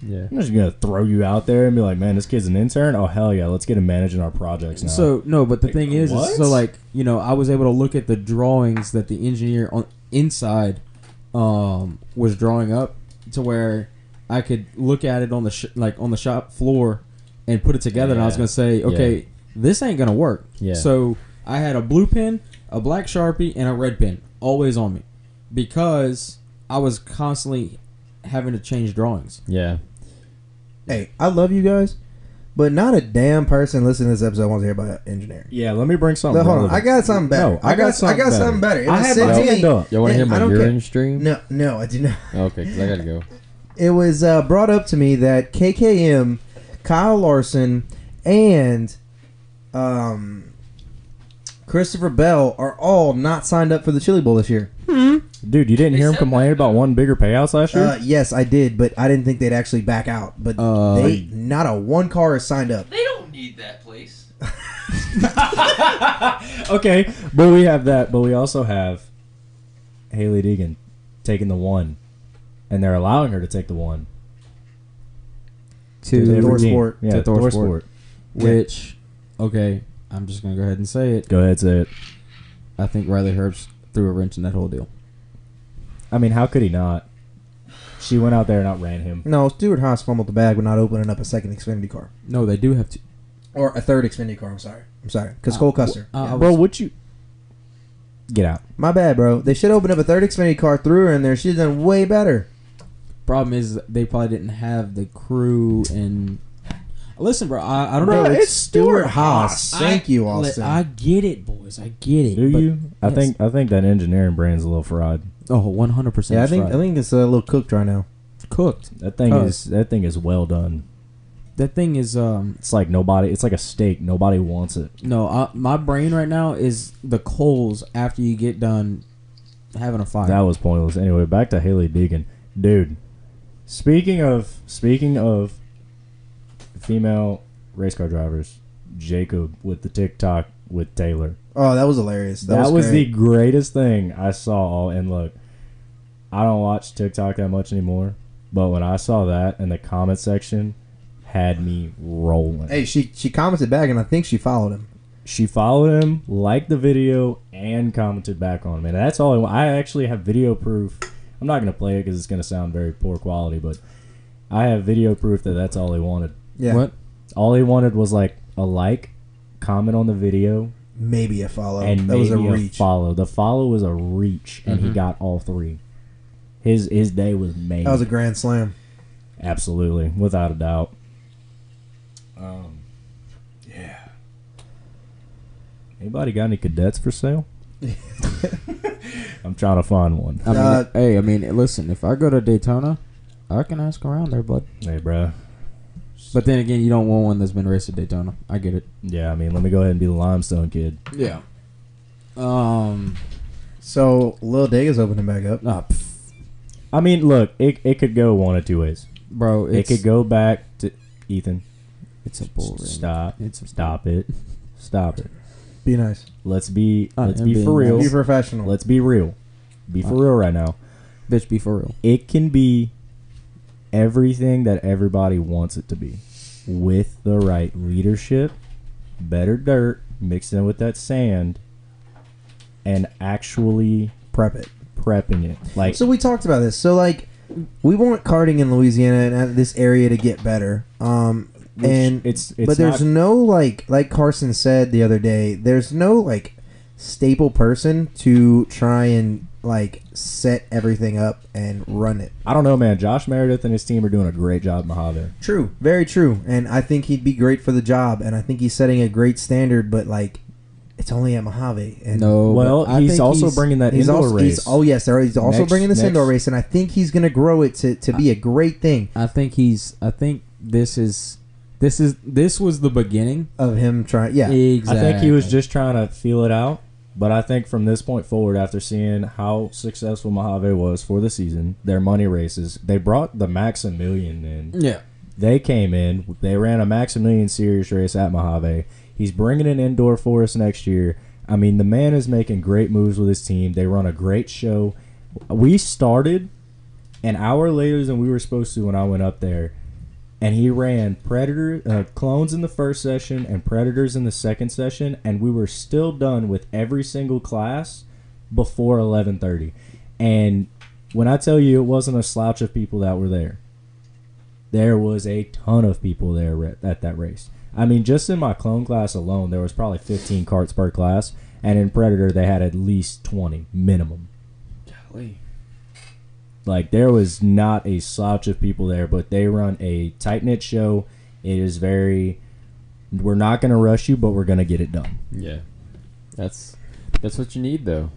[SPEAKER 4] Yeah.
[SPEAKER 1] I'm just gonna throw you out there and be like, man, this kid's an intern. Oh hell yeah, let's get him managing our projects now.
[SPEAKER 2] So no, but the
[SPEAKER 1] Like,
[SPEAKER 2] thing is, is
[SPEAKER 1] what?
[SPEAKER 2] so like you know, I was able to look at the drawings that the engineer on inside um, was drawing up to where I could look at it on the sh- like on the shop floor and put it together, and I was
[SPEAKER 4] Yeah.
[SPEAKER 2] gonna say, okay, this ain't gonna work.
[SPEAKER 4] Yeah.
[SPEAKER 2] So I had a blue pen, a black sharpie, and a red pen always on me because I was constantly having to change drawings.
[SPEAKER 4] Yeah.
[SPEAKER 3] Hey, I love you guys, but not a damn person listening to this episode wants to hear about engineering.
[SPEAKER 1] yeah, let me bring something.
[SPEAKER 3] Look, hold on,
[SPEAKER 1] relevant.
[SPEAKER 3] I got something better.
[SPEAKER 1] No,
[SPEAKER 3] I got, I got something better. It
[SPEAKER 1] I
[SPEAKER 3] was
[SPEAKER 1] had my
[SPEAKER 3] 16.
[SPEAKER 1] hand up.
[SPEAKER 4] Y'all want to hear
[SPEAKER 3] I
[SPEAKER 4] my
[SPEAKER 3] don't
[SPEAKER 4] urine
[SPEAKER 3] care.
[SPEAKER 4] stream? Oh,
[SPEAKER 3] No, no, I do not.
[SPEAKER 4] Okay, because I gotta go.
[SPEAKER 3] it was uh, brought up to me that KKM, Kyle Larson, and um, Christopher Bell are all not signed up for the Chili Bowl this year.
[SPEAKER 1] Dude, you didn't hear him complain about one bigger payouts last year.
[SPEAKER 3] Uh, yes, I did, but I didn't think they'd actually back out. But
[SPEAKER 2] Uh,
[SPEAKER 3] they not a one car is signed up.
[SPEAKER 5] They don't need that place.
[SPEAKER 1] okay, but we have that, but we also have Haley Deegan taking the one, and they're allowing her to take the one.
[SPEAKER 2] To
[SPEAKER 1] every
[SPEAKER 3] Thor
[SPEAKER 1] team.
[SPEAKER 3] Sport.
[SPEAKER 1] yeah,
[SPEAKER 2] To Thor
[SPEAKER 1] Thor
[SPEAKER 2] Sport.
[SPEAKER 1] Sport.
[SPEAKER 2] Which, okay, I'm just gonna go ahead and say it.
[SPEAKER 1] Go ahead, say it.
[SPEAKER 2] I think Riley Herbst threw a wrench in that whole deal.
[SPEAKER 1] I mean, how could he not? She went out there and outran him.
[SPEAKER 3] No, Stuart Haas fumbled the bag with not opening up a second Xfinity car
[SPEAKER 2] No, they do have to.
[SPEAKER 3] or a third Xfinity car. I'm sorry, I'm sorry, because
[SPEAKER 2] Uh,
[SPEAKER 3] Cole Custer.
[SPEAKER 2] uh, I
[SPEAKER 1] Bro,
[SPEAKER 2] was-
[SPEAKER 1] would you? Get out.
[SPEAKER 3] My bad, bro. They should open up a third Xfinity car through her in there. She'd done way better.
[SPEAKER 2] Problem is, they probably didn't have the crew and. Listen, bro, I, I don't
[SPEAKER 3] Bro,
[SPEAKER 2] know.
[SPEAKER 3] it's Stuart Haas. Thank you,
[SPEAKER 2] I-
[SPEAKER 3] Austin.
[SPEAKER 2] I get it, boys. I get it.
[SPEAKER 1] Do
[SPEAKER 2] but-
[SPEAKER 1] you? I
[SPEAKER 2] yes.
[SPEAKER 1] think I think that engineering brand's a little fraud.
[SPEAKER 2] Oh, 100 percent.
[SPEAKER 3] Yeah, I think I think it's a little cooked right now.
[SPEAKER 2] cooked.
[SPEAKER 1] That thing
[SPEAKER 2] Oh.
[SPEAKER 1] is that thing is well done.
[SPEAKER 2] That thing is um
[SPEAKER 1] It's like nobody. It's like a steak. Nobody wants it.
[SPEAKER 2] no. I, my brain right now is the coals after you get done having a fire.
[SPEAKER 1] That was pointless. Anyway, back to Haley Deegan, dude. Speaking of speaking of female race car drivers, Jacob with the TikTok with Taylor.
[SPEAKER 3] Oh, that was hilarious. That,
[SPEAKER 1] That, was,
[SPEAKER 3] great.
[SPEAKER 1] the greatest thing I saw. And look, I don't watch TikTok that much anymore, but when I saw that in the comment section, had me rolling.
[SPEAKER 3] Hey, she she commented back, and I think she followed him.
[SPEAKER 1] She followed him, liked the video, and commented back on him. And that's all I want. I actually have video proof. I'm not going to play it because it's going to sound very poor quality, but I have video proof that that's all he wanted.
[SPEAKER 3] Yeah,
[SPEAKER 2] What?
[SPEAKER 1] All he wanted was like a like, comment on the video,
[SPEAKER 3] maybe a follow.
[SPEAKER 1] and
[SPEAKER 3] Um, that was a
[SPEAKER 1] maybe a,
[SPEAKER 3] reach.
[SPEAKER 1] follow. The follow was a reach, and he got all three. His his day was made.
[SPEAKER 3] that was a grand slam.
[SPEAKER 1] Absolutely, without a doubt. Um, yeah. Anybody got any cadets for sale? I'm trying to find one.
[SPEAKER 2] I mean,
[SPEAKER 3] Uh,
[SPEAKER 2] hey, I mean, listen. If I go to Daytona, I can ask around there, bud.
[SPEAKER 1] Hey, bro.
[SPEAKER 2] But then again, you don't want one that's been raced at Daytona. I get it.
[SPEAKER 1] Yeah, I mean, let me go ahead and be the limestone kid.
[SPEAKER 2] Yeah. Um.
[SPEAKER 3] So Lil Diga's opening back up.
[SPEAKER 2] ah, pff,
[SPEAKER 1] I mean, look, it, it could go one of two ways.
[SPEAKER 2] bro, it's,
[SPEAKER 1] it could go back to Ethan.
[SPEAKER 2] It's a bull ring.
[SPEAKER 1] Stop.
[SPEAKER 2] It's a
[SPEAKER 1] Stop it. Stop it.
[SPEAKER 3] Be nice.
[SPEAKER 1] Let's be
[SPEAKER 2] I
[SPEAKER 1] let's
[SPEAKER 2] am
[SPEAKER 1] be
[SPEAKER 2] being
[SPEAKER 1] for real.
[SPEAKER 3] Be professional.
[SPEAKER 1] Let's be real. Be for real right now.
[SPEAKER 2] Bitch, be for real.
[SPEAKER 1] it can be everything that everybody wants it to be with the right leadership better dirt mixed in with that sand and actually
[SPEAKER 3] prep it.
[SPEAKER 1] prepping it like
[SPEAKER 3] So we talked about this. So like, we want karting in Louisiana and uh, this area to get better. Um,
[SPEAKER 1] which
[SPEAKER 3] and
[SPEAKER 1] it's it's
[SPEAKER 3] but there's
[SPEAKER 1] not-
[SPEAKER 3] no like like Carson said the other day. There's no like staple person to try and like set everything up and run it.
[SPEAKER 1] i don't know man josh meredith and his team are doing a great job mojave
[SPEAKER 3] True, very true. And I think he'd be great for the job. And I think he's setting a great standard. But like, it's only at Mojave. And
[SPEAKER 2] No.
[SPEAKER 1] well
[SPEAKER 2] but I
[SPEAKER 1] he's
[SPEAKER 2] think
[SPEAKER 1] also bringing that
[SPEAKER 3] He's
[SPEAKER 1] indoor
[SPEAKER 3] also,
[SPEAKER 1] race
[SPEAKER 3] he's, oh yes, there- he's also
[SPEAKER 1] Next-
[SPEAKER 3] bringing this
[SPEAKER 1] next-
[SPEAKER 3] indoor race, and I think he's going to grow it to, to be a great thing
[SPEAKER 2] I think he's. I think this is. This is. This was the beginning.
[SPEAKER 3] of him trying. Yeah,
[SPEAKER 1] i
[SPEAKER 2] Exactly.
[SPEAKER 1] think he was just trying to feel it out but i think from this point forward after seeing how successful mojave was for the season their money races they brought the maximilian in
[SPEAKER 2] Yeah.
[SPEAKER 1] They came in. They ran a Maximilian Series race at Mojave. He's bringing an indoor for us next year. I mean, the man is making great moves with his team. They run a great show. We started an hour later than we were supposed to when I went up there, and he ran Predator uh, clones in the first session and Predators in the second session, and we were still done with every single class before eleven thirty. And when I tell you, it wasn't a slouch of people that were there there was a ton of people there ra- at that race. I mean, just in my clone class alone, there was probably 15 carts per class, and in Predator they had at least 20 minimum. Like there was not a slouch of people there, but they run a tight knit show. It is very, we're not going to rush you, but we're going to get it done.
[SPEAKER 4] Yeah, that's that's what you need though.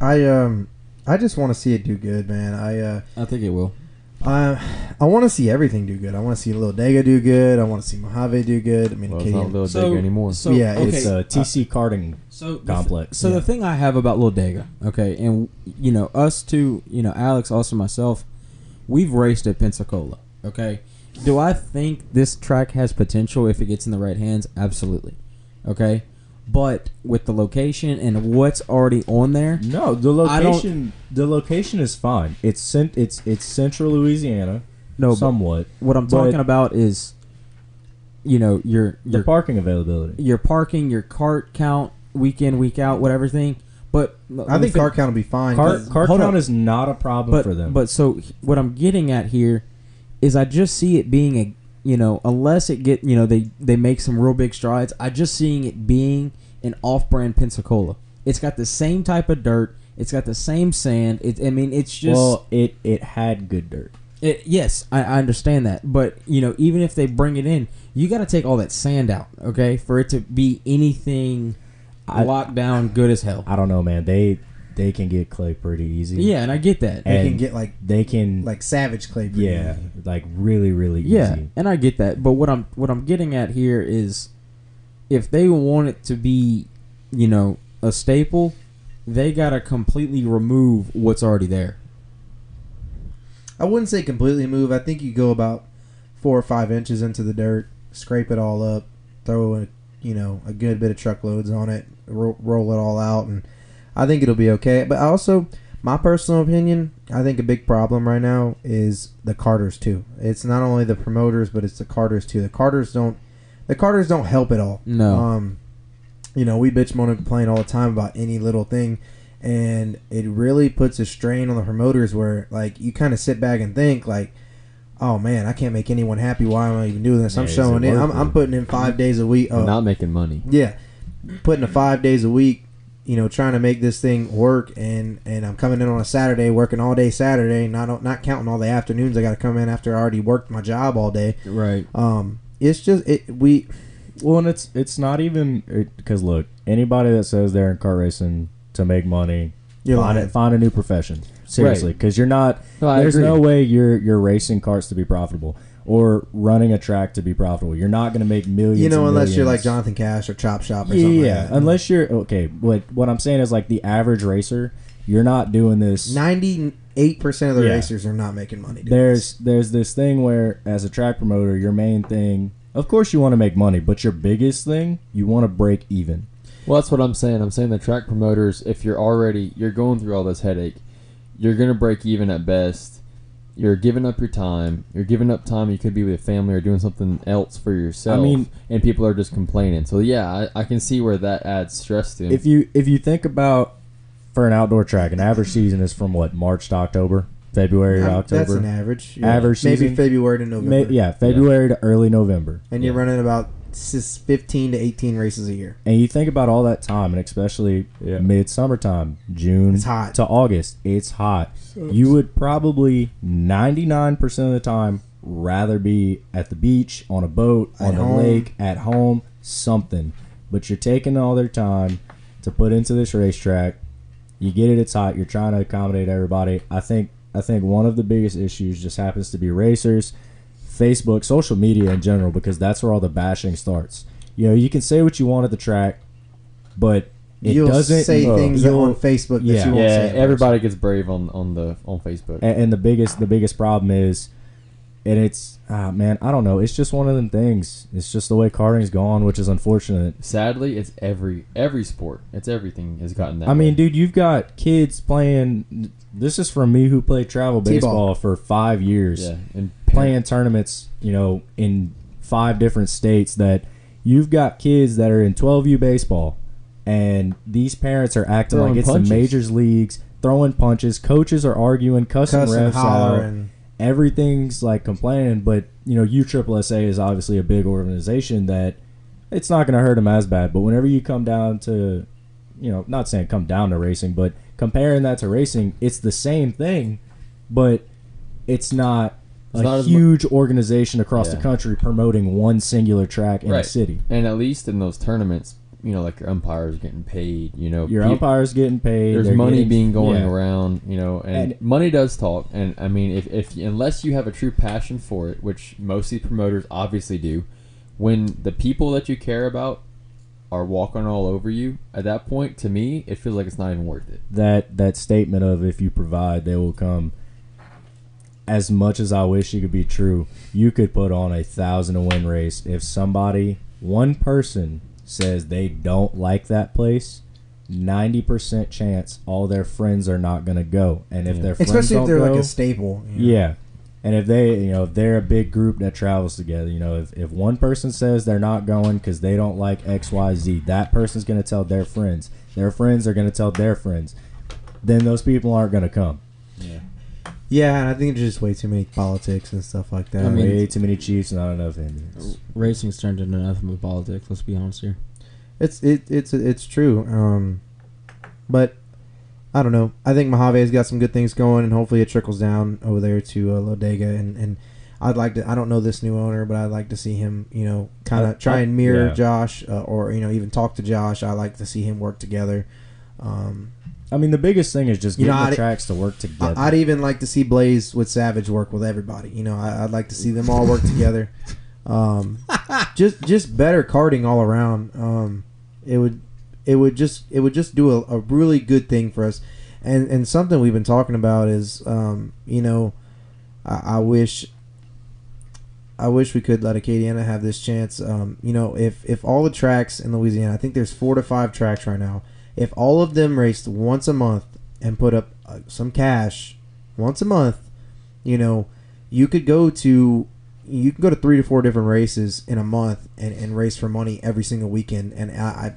[SPEAKER 3] I um, I just want to see it do good, man. I uh,
[SPEAKER 2] I think it will.
[SPEAKER 3] I, I want to see everything do good. I want to see Lil Dega do good. I want to see Mojave do good. I mean,
[SPEAKER 4] Well, it's not a
[SPEAKER 3] Acadian.
[SPEAKER 4] little bigger anymore.
[SPEAKER 2] So,
[SPEAKER 3] Yeah,
[SPEAKER 2] okay. Uh,
[SPEAKER 1] It's a TC karting
[SPEAKER 2] so the
[SPEAKER 1] complex.
[SPEAKER 2] So
[SPEAKER 3] Yeah.
[SPEAKER 2] the thing I have about Lil Dega, okay, and you know us two, you know Alex, also myself, we've raced at Pensacola, okay. Do I think this track has potential if it gets in the right hands? Absolutely, okay. But with the location and what's already on there,
[SPEAKER 1] No, the
[SPEAKER 2] I don't-
[SPEAKER 1] location the location is fine. It's cent- it's it's central Louisiana,
[SPEAKER 2] no. but
[SPEAKER 1] somewhat.
[SPEAKER 2] what I'm
[SPEAKER 1] but-
[SPEAKER 2] talking about is, you know, your
[SPEAKER 1] The
[SPEAKER 2] your
[SPEAKER 1] parking availability.
[SPEAKER 2] your parking, your cart count, week in, week out, whatever thing. But
[SPEAKER 3] I think car count will be fine.
[SPEAKER 1] Car,
[SPEAKER 3] 'cause-
[SPEAKER 1] car
[SPEAKER 2] hold
[SPEAKER 1] count
[SPEAKER 2] up.
[SPEAKER 1] is not a problem
[SPEAKER 2] but,
[SPEAKER 1] for them.
[SPEAKER 2] But so h- what I'm getting at here is I just see it being a you know unless it get you know they they make some real big strides. I just seeing it being an off-brand Pensacola. It's got the same type of dirt. It's got the same sand. It, I mean, it's just
[SPEAKER 1] well, it it had good dirt.
[SPEAKER 2] it, yes, I, I understand that, but you know, even if they bring it in, you got to take all that sand out, okay, for it to be anything
[SPEAKER 1] I-
[SPEAKER 2] locked down, good as hell.
[SPEAKER 1] I don't know, man. They they can get clay pretty easy.
[SPEAKER 2] yeah, and I get that.
[SPEAKER 3] They can
[SPEAKER 1] And-
[SPEAKER 3] get like
[SPEAKER 1] they can
[SPEAKER 3] like savage clay. pretty
[SPEAKER 1] yeah,
[SPEAKER 3] easy.
[SPEAKER 1] like really really
[SPEAKER 2] Yeah,
[SPEAKER 1] easy.
[SPEAKER 2] and I get that. But what I'm what I'm getting at here is if they want it to be, you know, a staple, they gotta completely remove what's already there.
[SPEAKER 3] I wouldn't say completely move. I think you go about four or five inches into the dirt, scrape it all up, throw a you know a good bit of truckloads on it, ro- roll it all out, and I think it'll be okay. But I also, my personal opinion, I think a big problem right now is the Carters too. It's not only the promoters, but it's the Carters too. The Carters don't, the Carters don't help at all.
[SPEAKER 2] No.
[SPEAKER 3] Um, you know, we bitch, moan, and complain all the time about any little thing, and it really puts a strain on the promoters where, like, you kind of sit back and think, like, oh man, I can't make anyone happy. Why am I even doing this?
[SPEAKER 1] Yeah,
[SPEAKER 3] I'm
[SPEAKER 1] is
[SPEAKER 3] showing
[SPEAKER 1] it
[SPEAKER 3] in. I'm,
[SPEAKER 1] worth
[SPEAKER 3] I'm
[SPEAKER 1] it?
[SPEAKER 3] putting in five days a week.
[SPEAKER 4] We're
[SPEAKER 3] Oh,
[SPEAKER 4] not making money.
[SPEAKER 3] yeah, putting in five days a week. You know, trying to make this thing work, and and I'm coming in on a Saturday, working all day Saturday, not not counting all the afternoons I got to come in after I already worked my job all day.
[SPEAKER 2] Right.
[SPEAKER 3] Um, it's just it we
[SPEAKER 1] Well, and it's it's not even because look, anybody that says they're in car racing to make money,
[SPEAKER 3] you're
[SPEAKER 1] find,
[SPEAKER 3] lying.
[SPEAKER 1] it, find a new profession seriously because you're not.
[SPEAKER 4] No, I
[SPEAKER 1] there's
[SPEAKER 4] agree.
[SPEAKER 1] no way you're you're racing carts to be profitable or running a track to be profitable. You're not going to make millions.
[SPEAKER 3] You know,
[SPEAKER 1] and
[SPEAKER 3] unless you're like
[SPEAKER 1] millions.
[SPEAKER 3] Jonathan Cash or Chop Shop or
[SPEAKER 1] yeah,
[SPEAKER 3] something.
[SPEAKER 1] yeah.
[SPEAKER 3] like that.
[SPEAKER 1] unless you're okay. But what I'm saying is like the average racer, you're not doing this.
[SPEAKER 3] ninety-eight percent of the
[SPEAKER 1] Yeah.
[SPEAKER 3] racers are not making money. doing
[SPEAKER 1] there's there's this thing where as a track promoter, your main thing, of course, you want to make money, but your biggest thing, you want to break even.
[SPEAKER 4] Well, that's what I'm saying. I'm saying the track promoters, if you're already you're going through all this headache, you're gonna break even at best. You're giving up your time. You're giving up time you could be with family or doing something else for yourself.
[SPEAKER 1] mean-
[SPEAKER 4] and people are just complaining. So yeah, I, I can see where that adds stress to. 'em.
[SPEAKER 1] If you if you think about for an outdoor track, an average season is from what March to October, February
[SPEAKER 3] this.
[SPEAKER 1] to
[SPEAKER 3] Um,
[SPEAKER 1] October.
[SPEAKER 3] That's an average. yeah.
[SPEAKER 1] Average
[SPEAKER 3] Maybe
[SPEAKER 1] season?
[SPEAKER 3] February to
[SPEAKER 1] Ma-
[SPEAKER 3] November.
[SPEAKER 1] yeah, February to early November.
[SPEAKER 3] And you're
[SPEAKER 4] Yeah.
[SPEAKER 3] running about s- fifteen to eighteen races a year.
[SPEAKER 1] And you think about all that time, and especially
[SPEAKER 4] Yeah.
[SPEAKER 1] mid summertime, June
[SPEAKER 3] It's hot.
[SPEAKER 1] to August, it's hot. You would probably 99% of the time rather be at the beach, on a boat, on
[SPEAKER 3] At
[SPEAKER 1] a
[SPEAKER 3] home.
[SPEAKER 1] lake, at home, something. But you're taking all their time to put into this racetrack. You get it, it's hot. You're trying to accommodate everybody. I think I think one of the biggest issues just happens to be racers, Facebook, social media in general, because that's where all the bashing starts. You know, you can say what you want at the track, but it
[SPEAKER 3] You'll
[SPEAKER 1] doesn't
[SPEAKER 3] say
[SPEAKER 1] uh,
[SPEAKER 3] things
[SPEAKER 1] you'll-
[SPEAKER 3] on Facebook that
[SPEAKER 1] yeah.
[SPEAKER 3] you won't say.
[SPEAKER 4] yeah,
[SPEAKER 3] in
[SPEAKER 4] everybody gets brave on on the on Facebook.
[SPEAKER 1] and, and the biggest the biggest problem is and it's ah, man i don't know it's just one of them things it's just the way karting's gone which is unfortunate
[SPEAKER 4] Sadly, it's every every sport. It's everything has gotten that.
[SPEAKER 1] i mean
[SPEAKER 4] way.
[SPEAKER 1] dude you've got kids playing this is from me who played travel
[SPEAKER 3] T-ball.
[SPEAKER 1] baseball for five years
[SPEAKER 4] yeah, and
[SPEAKER 1] playing tournaments you know in five different states that you've got kids that are in 12u baseball and these parents are acting
[SPEAKER 4] Throwing
[SPEAKER 1] like it's
[SPEAKER 4] punches.
[SPEAKER 1] the majors leagues throwing punches coaches are arguing cussing,
[SPEAKER 3] person.
[SPEAKER 1] refs
[SPEAKER 3] Cussing,
[SPEAKER 1] out
[SPEAKER 3] hollering.
[SPEAKER 1] everything's like complaining, but you know, USSSA is obviously a big organization that it's not going to hurt them as bad. But whenever you come down to, you know, not saying come down to racing, but comparing that to racing, it's the same thing, but it's not
[SPEAKER 4] It's
[SPEAKER 1] a
[SPEAKER 4] not as mu-
[SPEAKER 1] huge organization across
[SPEAKER 4] Yeah.
[SPEAKER 1] the country promoting one singular track in a
[SPEAKER 4] Right.
[SPEAKER 1] city.
[SPEAKER 4] and at least in those tournaments, you know, like your umpires getting paid. You know,
[SPEAKER 1] Your
[SPEAKER 4] pe-
[SPEAKER 1] umpires getting paid.
[SPEAKER 4] there's
[SPEAKER 1] they're
[SPEAKER 4] money
[SPEAKER 1] getting-
[SPEAKER 4] being going
[SPEAKER 1] yeah.
[SPEAKER 4] around, you know, and,
[SPEAKER 1] And-
[SPEAKER 4] money does talk. And I mean, if, if unless you have a true passion for it, which mostly promoters obviously do, when the people that you care about are walking all over you, at that point, to me, it feels like it's not even worth it.
[SPEAKER 1] that that statement of if you provide they will come as much as i wish it could be true you could put on a thousand to win race if somebody one person says they don't like that place 90% chance all their friends are not going to go and if
[SPEAKER 4] Yeah.
[SPEAKER 1] their friends
[SPEAKER 3] Especially
[SPEAKER 1] don't
[SPEAKER 3] if they're
[SPEAKER 1] go,
[SPEAKER 3] like a staple. you know.
[SPEAKER 1] yeah. And if they, you know, if they're a big group that travels together, you know, if, if one person says they're not going because they don't like XYZ, that person's going to tell their friends. Their friends are going to tell their friends. Then those people aren't going to come.
[SPEAKER 3] Yeah, and I think there's just way too many politics and stuff like that.
[SPEAKER 2] I mean-
[SPEAKER 1] Way too many Chiefs, not enough Indians.
[SPEAKER 2] Racing's turned into nothing but politics. Let's be honest here.
[SPEAKER 3] It's it it's it's true. Um, But I don't know. I think Mojave's got some good things going, and hopefully it trickles down over there to uh, Lodega. And, and I'd like to. I don't know this new owner, but I'd like to see him. You know, kind
[SPEAKER 1] I-
[SPEAKER 3] of try
[SPEAKER 1] I-
[SPEAKER 3] and mirror
[SPEAKER 1] yeah.
[SPEAKER 3] Josh, uh, or you know, even talk to Josh. I like to see him work together. Um,
[SPEAKER 1] I mean, the biggest thing is just
[SPEAKER 3] You
[SPEAKER 1] getting
[SPEAKER 3] know,
[SPEAKER 1] the
[SPEAKER 3] I'd-
[SPEAKER 1] tracks to work
[SPEAKER 3] I-
[SPEAKER 1] together.
[SPEAKER 3] I'd even like to see Blaze with Savage work with everybody. You know, I, I'd like to see them all work together. Um, just just better carding all around. Um, it would it would just it would just do a, a really good thing for us. And and something we've been talking about is um, you know, I, I wish I wish we could let Acadiana have this chance. Um, you know, if if all the tracks in Louisiana, I think there's four to five tracks right now. If all of them raced once a month and put up uh, some cash once a month, you know, you could go to you can go to three to four different races in a month and, and race for money every single weekend. And I, I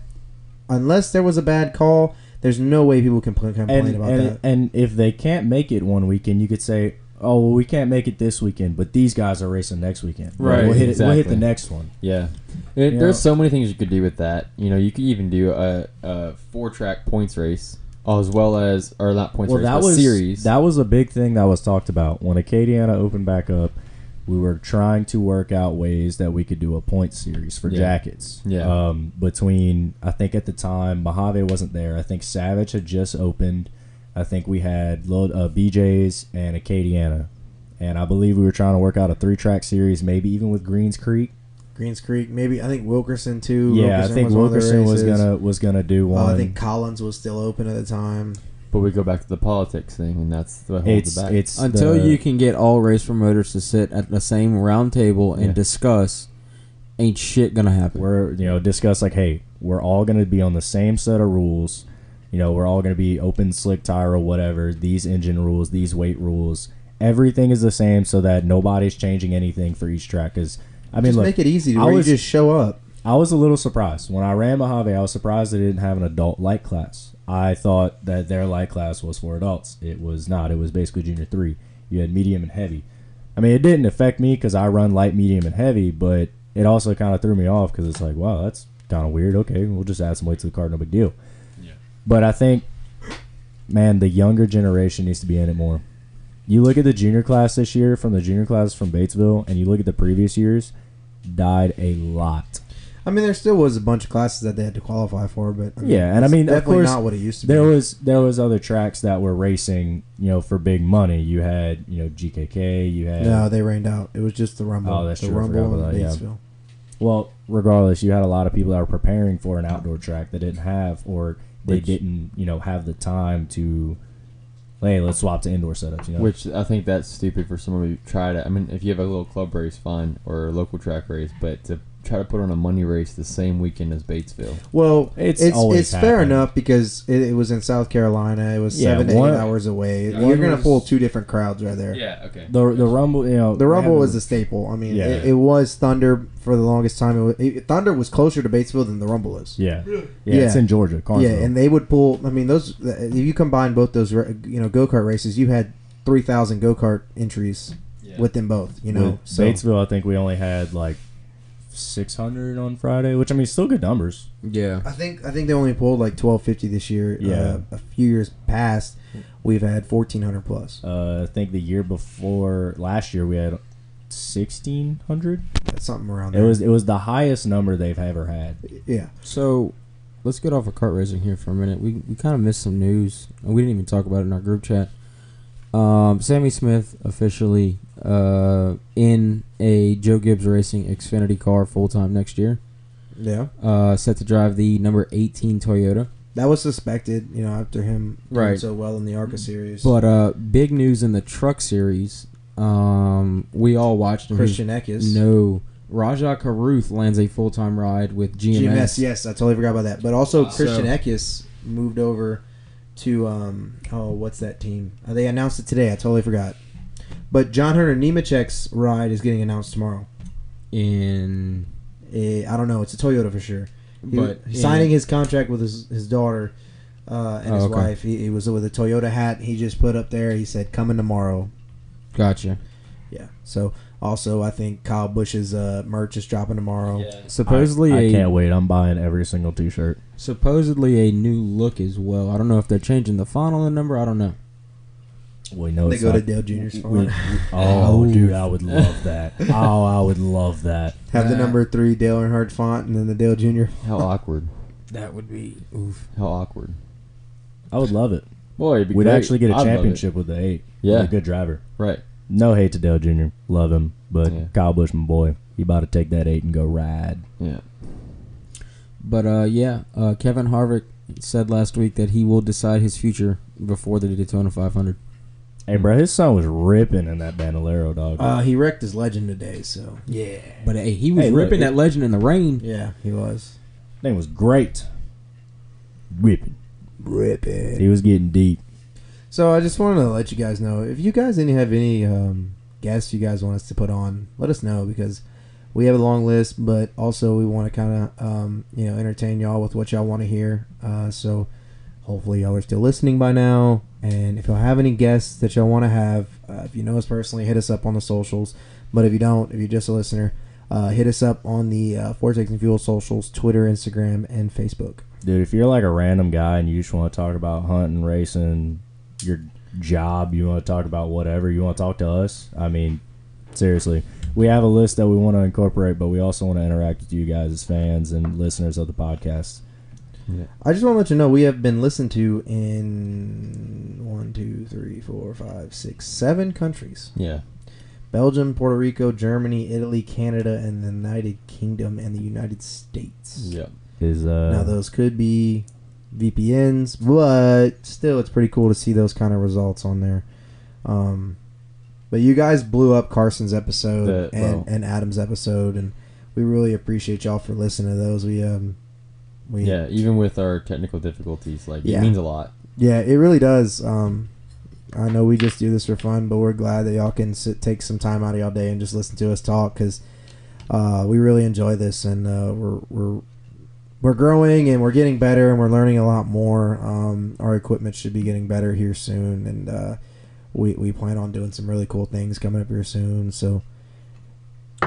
[SPEAKER 3] unless there was a bad call, there's no way people can compl- complain
[SPEAKER 1] and
[SPEAKER 3] about
[SPEAKER 1] and,
[SPEAKER 3] that.
[SPEAKER 1] and if they can't make it one weekend, you could say, "Oh, well, we can't make it this weekend, but these guys are racing next weekend.
[SPEAKER 2] Right,
[SPEAKER 1] we'll hit it. We'll hit
[SPEAKER 4] exactly.
[SPEAKER 1] the next one.
[SPEAKER 4] Yeah, There-
[SPEAKER 1] You know-
[SPEAKER 4] there's so many things you could do with that. You know, you could even do a, a four track points race, uh, as well as or not points
[SPEAKER 1] well,
[SPEAKER 4] race,
[SPEAKER 1] that
[SPEAKER 4] but
[SPEAKER 1] was
[SPEAKER 4] series.
[SPEAKER 1] that was a big thing that was talked about when Acadiana opened back up. We were trying to work out ways that we could do a point series for
[SPEAKER 4] Yeah.
[SPEAKER 1] jackets.
[SPEAKER 4] Yeah.
[SPEAKER 1] Um, between I think at the time Mojave wasn't there. I think Savage had just opened. I think we had Lo- uh, BJ's and Acadiana, and I believe we were trying to work out a three track series, maybe even with Greens Creek.
[SPEAKER 3] Greens Creek, maybe I think Wilkerson too.
[SPEAKER 1] yeah, I think
[SPEAKER 3] was one of the
[SPEAKER 1] Wilkerson was
[SPEAKER 3] races.
[SPEAKER 1] gonna was gonna do
[SPEAKER 3] Uh,
[SPEAKER 1] one.
[SPEAKER 3] I think Collins was still open at the time.
[SPEAKER 4] but we go back to the politics thing, and that's the whole
[SPEAKER 1] it's
[SPEAKER 4] back.
[SPEAKER 1] it's
[SPEAKER 2] Until
[SPEAKER 1] the-
[SPEAKER 2] you can get all race promoters to sit at the same round table and
[SPEAKER 4] Yeah.
[SPEAKER 2] discuss, ain't shit gonna happen.
[SPEAKER 1] we're you know discuss like hey we're all going to be on the same set of rules you know we're all going to be open slick tire or whatever these engine rules these weight rules everything is the same so that nobody's changing anything for each track because i mean
[SPEAKER 3] just
[SPEAKER 1] look
[SPEAKER 3] make it easy to
[SPEAKER 1] I
[SPEAKER 3] where
[SPEAKER 1] was-
[SPEAKER 3] you just show up.
[SPEAKER 1] I was a little surprised when I ran Mojave. I was surprised they didn't have an adult light class. I thought that their light class was for adults. It was not. It was basically junior three. You had medium and heavy. I mean, it didn't affect me because I run light, medium, and heavy, but it also kind of threw me off because it's like, wow, that's kind of weird. Okay, we'll just add some weight to the card. No big deal. But I think, man, the younger generation needs to be in it more. You look at the junior class this year from the junior class from Batesville, and you look at the previous years, died a lot.
[SPEAKER 3] I mean, there still was a bunch of classes that they had to qualify for, but I mean,
[SPEAKER 1] Yeah, and I
[SPEAKER 3] it's
[SPEAKER 1] mean, of
[SPEAKER 3] definitely
[SPEAKER 1] course,
[SPEAKER 3] not what it used to
[SPEAKER 1] there
[SPEAKER 3] be.
[SPEAKER 1] was there was other tracks that were racing you know for big money you had you know gkk you had
[SPEAKER 3] no, they rained out. It was just the rumble.
[SPEAKER 1] Oh, that's
[SPEAKER 3] the
[SPEAKER 1] true. I forgot
[SPEAKER 3] rumble
[SPEAKER 1] about
[SPEAKER 3] in
[SPEAKER 1] that, yeah.
[SPEAKER 3] Batesville.
[SPEAKER 1] well regardless you had a lot of people that were preparing for an outdoor track that didn't have or they
[SPEAKER 4] Which-
[SPEAKER 1] didn't you know have the time to hey let's swap to indoor setups you know
[SPEAKER 4] Which I think that's stupid for someone who tried it. I mean, if you have a little club race, fine, or a local track race, but to try to put on a money race the same weekend as Batesville.
[SPEAKER 3] Well,
[SPEAKER 1] It's
[SPEAKER 3] it's it's,
[SPEAKER 1] always
[SPEAKER 3] fair
[SPEAKER 1] happened.
[SPEAKER 3] enough because it, it was in South Carolina. It was
[SPEAKER 1] Yeah,
[SPEAKER 3] seven
[SPEAKER 1] one-
[SPEAKER 3] to eight hours away.
[SPEAKER 4] Yeah.
[SPEAKER 3] You're gonna
[SPEAKER 4] One
[SPEAKER 3] pull
[SPEAKER 4] was-
[SPEAKER 3] two different crowds right there.
[SPEAKER 4] Yeah. Okay.
[SPEAKER 1] the the rumble you know
[SPEAKER 3] The rumble
[SPEAKER 1] having-
[SPEAKER 3] was a staple. I mean,
[SPEAKER 1] Yeah.
[SPEAKER 3] it, it was Thunder for the longest time. It was, it, Thunder was closer to Batesville than the rumble is.
[SPEAKER 1] yeah. yeah
[SPEAKER 3] Yeah.
[SPEAKER 1] it's in georgia Carnesville.
[SPEAKER 3] Yeah, and they would pull. I mean, those if you combine both those, ra- you know, go kart races, you had three thousand go kart entries
[SPEAKER 4] Yeah.
[SPEAKER 3] with them both. You know,
[SPEAKER 1] With
[SPEAKER 3] so
[SPEAKER 1] batesville i think we only had like 600 on friday which i mean still good numbers
[SPEAKER 2] Yeah.
[SPEAKER 3] I think I think they only pulled like twelve fifty this year.
[SPEAKER 1] Yeah.
[SPEAKER 3] uh, a few years past, we've had fourteen hundred plus.
[SPEAKER 1] uh, i think the year before last year we had 1600
[SPEAKER 3] That's something around
[SPEAKER 1] It
[SPEAKER 3] there.
[SPEAKER 1] was it was the highest number they've ever had.
[SPEAKER 3] yeah.
[SPEAKER 2] So let's get off of kart racing here for a minute. We, we kind of missed some news. and We didn't even talk about it in our group chat. Um, Sammy Smith officially uh, in a Joe Gibbs Racing Xfinity car full time next year.
[SPEAKER 3] Yeah,
[SPEAKER 2] Uh, set to drive the number 18 Toyota.
[SPEAKER 3] that was suspected. You know, after him doing
[SPEAKER 2] Right.
[SPEAKER 3] so well in the ARCA series,
[SPEAKER 2] But uh, big news in the truck series. Um, we all watched him.
[SPEAKER 3] Christian Eckes,
[SPEAKER 2] No. Raja Karuth lands a full time ride with GMS.
[SPEAKER 3] GMS, yes, I totally forgot about that. But also
[SPEAKER 4] Wow.
[SPEAKER 3] Christian
[SPEAKER 2] So-
[SPEAKER 3] Eckes moved over to um oh what's that team? Uh, they announced it today. I totally forgot. But John Hunter Nemechek's ride is getting announced tomorrow.
[SPEAKER 2] In.
[SPEAKER 3] Eh, I don't know. It's a Toyota for sure. He-
[SPEAKER 2] But in-
[SPEAKER 3] signing his contract with his his daughter uh, and
[SPEAKER 2] Oh,
[SPEAKER 3] his
[SPEAKER 2] okay.
[SPEAKER 3] wife, he, he was with a Toyota hat. He just put up there. He said, "Coming tomorrow."
[SPEAKER 2] Gotcha.
[SPEAKER 3] Yeah. So Also, I think Kyle Bush's uh, merch is dropping tomorrow.
[SPEAKER 2] Supposedly
[SPEAKER 1] I, I
[SPEAKER 2] a
[SPEAKER 1] can't wait. I'm buying every single T-shirt.
[SPEAKER 2] supposedly a new look as well. I don't know if they're changing the font on the number. I don't know.
[SPEAKER 1] We know
[SPEAKER 3] They
[SPEAKER 1] it's
[SPEAKER 3] go to
[SPEAKER 1] not-
[SPEAKER 3] Dale Jr.'s
[SPEAKER 1] we-
[SPEAKER 3] font.
[SPEAKER 1] oh,
[SPEAKER 2] Ooh.
[SPEAKER 1] dude, I would love that. Oh, I would love that.
[SPEAKER 3] Have the
[SPEAKER 2] Uh,
[SPEAKER 3] number three Dale Earnhardt font and then the Dale Jr.
[SPEAKER 4] How awkward.
[SPEAKER 2] That would be oof.
[SPEAKER 4] How awkward.
[SPEAKER 1] I would love it.
[SPEAKER 4] Boy, it'd be
[SPEAKER 1] We'd
[SPEAKER 4] great.
[SPEAKER 1] actually get
[SPEAKER 4] I'd
[SPEAKER 1] a
[SPEAKER 4] love it.
[SPEAKER 1] championship with the eight.
[SPEAKER 4] Yeah.
[SPEAKER 1] He's a good driver.
[SPEAKER 4] Right.
[SPEAKER 1] No hate to Dale Jr. Love him, but
[SPEAKER 4] Yeah.
[SPEAKER 1] Kyle Busch, my boy, he about to take that eight and go ride.
[SPEAKER 4] Yeah.
[SPEAKER 2] But uh, yeah, uh, Kevin Harvick said last week that he will decide his future before the Daytona 500.
[SPEAKER 1] Hey, bro, his son was ripping in that Bandolero, dog.
[SPEAKER 3] Uh, he wrecked his legend today, so yeah,
[SPEAKER 2] But hey, he was
[SPEAKER 1] Hey, look,
[SPEAKER 2] ripping
[SPEAKER 1] it-
[SPEAKER 2] that legend in the rain.
[SPEAKER 3] yeah, he was
[SPEAKER 1] Thing was great. Ripping.
[SPEAKER 3] ripping.
[SPEAKER 1] He was getting deep.
[SPEAKER 3] So I just wanted to let you guys know if you guys any have any um, guests you guys want us to put on, let us know because we have a long list, but also we want to kind of um, you know entertain y'all with what y'all want to hear. Uh, so hopefully y'all are still listening by now, and if y'all have any guests that y'all want to have, uh, if you know us personally, hit us up on the socials. But if you don't, if you're just a listener, uh, hit us up on the uh, Vortex and Fuel socials, Twitter, Instagram, and Facebook.
[SPEAKER 1] Dude, if you're like a random guy and you just want to talk about hunting, racing, your job, you want to talk about whatever, you want to talk to us, I mean, seriously. We have a list that we want to incorporate, but we also want to interact with you guys as fans and listeners of the podcast.
[SPEAKER 3] I just want to let you know we have been listened to in one, two, three, four, five, six, seven countries:
[SPEAKER 4] Yeah.
[SPEAKER 3] Belgium, Puerto Rico, Germany, Italy, Canada, and the United Kingdom and the United States.
[SPEAKER 4] Yeah.
[SPEAKER 1] Is uh,
[SPEAKER 3] Now those could be VPNs, but still, it's pretty cool to see those kind of results on there. Um, but you guys blew up Carson's episode
[SPEAKER 4] The-
[SPEAKER 3] and,
[SPEAKER 4] well-
[SPEAKER 3] and Adam's episode, and we really appreciate y'all for listening to those. We um, we
[SPEAKER 4] Yeah. Even with our technical difficulties, like
[SPEAKER 3] Yeah.
[SPEAKER 4] it means a lot.
[SPEAKER 3] Yeah, it really does. Um, I know we just do this for fun, but we're glad that y'all can sit, take some time out of y'all day and just listen to us talk because uh, we really enjoy this and uh, we're we're we're growing and we're getting better and we're learning a lot more. Um, our equipment should be getting better here soon, and uh, we we plan on doing some really cool things coming up here soon. So.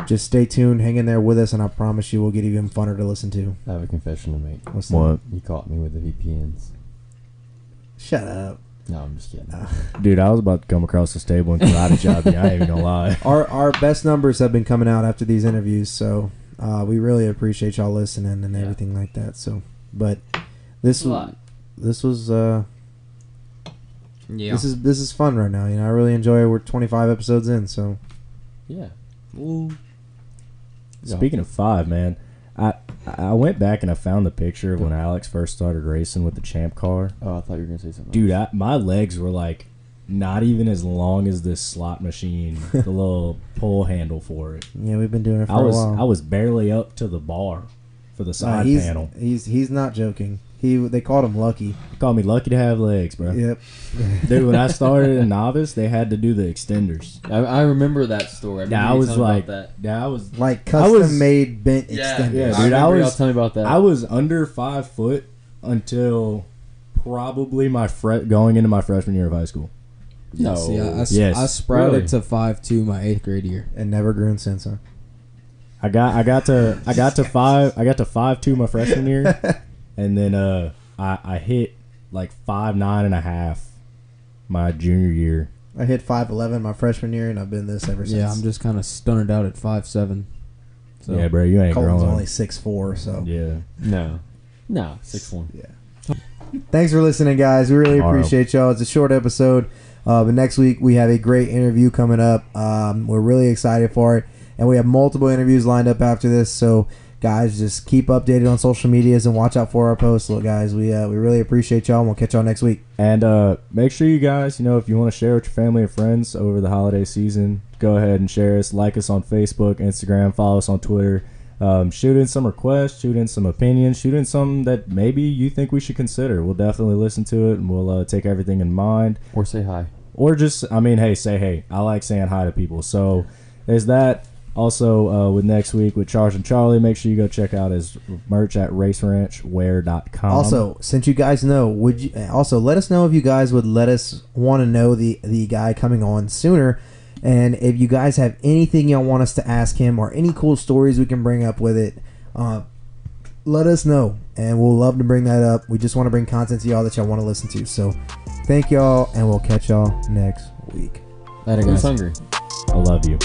[SPEAKER 3] Just stay tuned, hang in there with us, and I promise you we'll get even funner to listen to.
[SPEAKER 4] I have a confession to make.
[SPEAKER 3] What's that?
[SPEAKER 1] what?
[SPEAKER 4] You caught me with the VPNs.
[SPEAKER 3] Shut up.
[SPEAKER 4] No, I'm just kidding.
[SPEAKER 1] Dude, I was about to come across this table and karate chop you. I ain't even gonna lie.
[SPEAKER 3] our our best numbers have been coming out after these interviews, so uh, we really appreciate y'all listening and
[SPEAKER 4] Yeah.
[SPEAKER 3] everything like that. So, but this was
[SPEAKER 4] lot.
[SPEAKER 3] this was uh,
[SPEAKER 2] Yeah.
[SPEAKER 3] this is this is fun right now. You know, I really enjoy. it. We're twenty five episodes in, so
[SPEAKER 4] Yeah. Yeah.
[SPEAKER 1] Speaking of five, man, I I went back and I found the picture of when Alex first started racing with the champ car.
[SPEAKER 4] Oh, I thought you were gonna say something.
[SPEAKER 1] Dude, I, my legs were like not even as long as this slot machine, the little pull handle for it.
[SPEAKER 3] yeah, we've been doing it for
[SPEAKER 1] I was
[SPEAKER 3] a while.
[SPEAKER 1] I was barely up to the bar for the
[SPEAKER 3] Uh,
[SPEAKER 1] side
[SPEAKER 3] he's,
[SPEAKER 1] panel.
[SPEAKER 3] he's he's not joking. He they called him lucky.
[SPEAKER 1] Called me lucky to have legs, bro.
[SPEAKER 3] Yep.
[SPEAKER 1] Dude, when I started a novice, they had to do the extenders.
[SPEAKER 4] I, I remember that story. I remember
[SPEAKER 1] Yeah, I
[SPEAKER 4] you
[SPEAKER 1] was
[SPEAKER 4] telling me
[SPEAKER 1] like,
[SPEAKER 4] about that.
[SPEAKER 1] yeah, I was
[SPEAKER 3] Like
[SPEAKER 1] I
[SPEAKER 3] custom
[SPEAKER 1] was-
[SPEAKER 3] made bent extenders.
[SPEAKER 1] yeah, dude, I
[SPEAKER 4] I, remember
[SPEAKER 1] was-
[SPEAKER 4] y'all telling me about that.
[SPEAKER 1] I was under five foot until probably my fre- going into my freshman year of high school.
[SPEAKER 2] Yeah,
[SPEAKER 4] no.
[SPEAKER 2] see, I, I s-
[SPEAKER 1] Yes.
[SPEAKER 2] I sprouted
[SPEAKER 4] Really?
[SPEAKER 2] to five two my eighth grade year.
[SPEAKER 3] And never grew in since, huh?
[SPEAKER 1] I got I got to I got to five I got to five two my freshman year, and then uh I I hit like five nine and a half my junior year.
[SPEAKER 3] I hit five eleven my freshman year, and I've been this ever since.
[SPEAKER 2] Yeah, I'm just kind of stunned out at five seven. So
[SPEAKER 1] yeah, bro, you ain't
[SPEAKER 3] Colton's
[SPEAKER 1] growing.
[SPEAKER 3] only six four, so
[SPEAKER 1] Yeah,
[SPEAKER 4] no, no, six one.
[SPEAKER 3] Thanks for listening, guys. We really
[SPEAKER 1] Tomorrow.
[SPEAKER 3] appreciate y'all. It's a short episode, uh, but next week we have a great interview coming up. Um, we're really excited for it, and we have multiple interviews lined up after this. So, guys, just keep updated on social medias and watch out for our posts. Look, guys, we uh, we really appreciate y'all, and we'll catch y'all next week.
[SPEAKER 1] and uh make sure you guys you know if you want to share with your family and friends over the holiday season, go ahead and share us. Like us on Facebook, Instagram, follow us on Twitter. Um, shoot in some requests, shoot in some opinions, shoot in some that maybe you think we should consider. We'll definitely listen to it and we'll uh, take everything in mind.
[SPEAKER 4] Or say hi.
[SPEAKER 1] or just I mean, hey, say hey. I like saying hi to people. So there's that. Also, uh, with next week with Charles and Charlie, make sure you go check out his merch at raceranchwear.com.
[SPEAKER 3] also, since you guys know, would you also let us know if you guys would let us want to know the the guy coming on sooner? And if you guys have anything y'all want us to ask him or any cool stories we can bring up with it, uh, let us know. And we'll love to bring that up. We just want to bring content to y'all that y'all want to listen to. So thank y'all, and we'll catch y'all next week.
[SPEAKER 2] Later, guys.
[SPEAKER 4] Who's hungry?
[SPEAKER 1] I love you.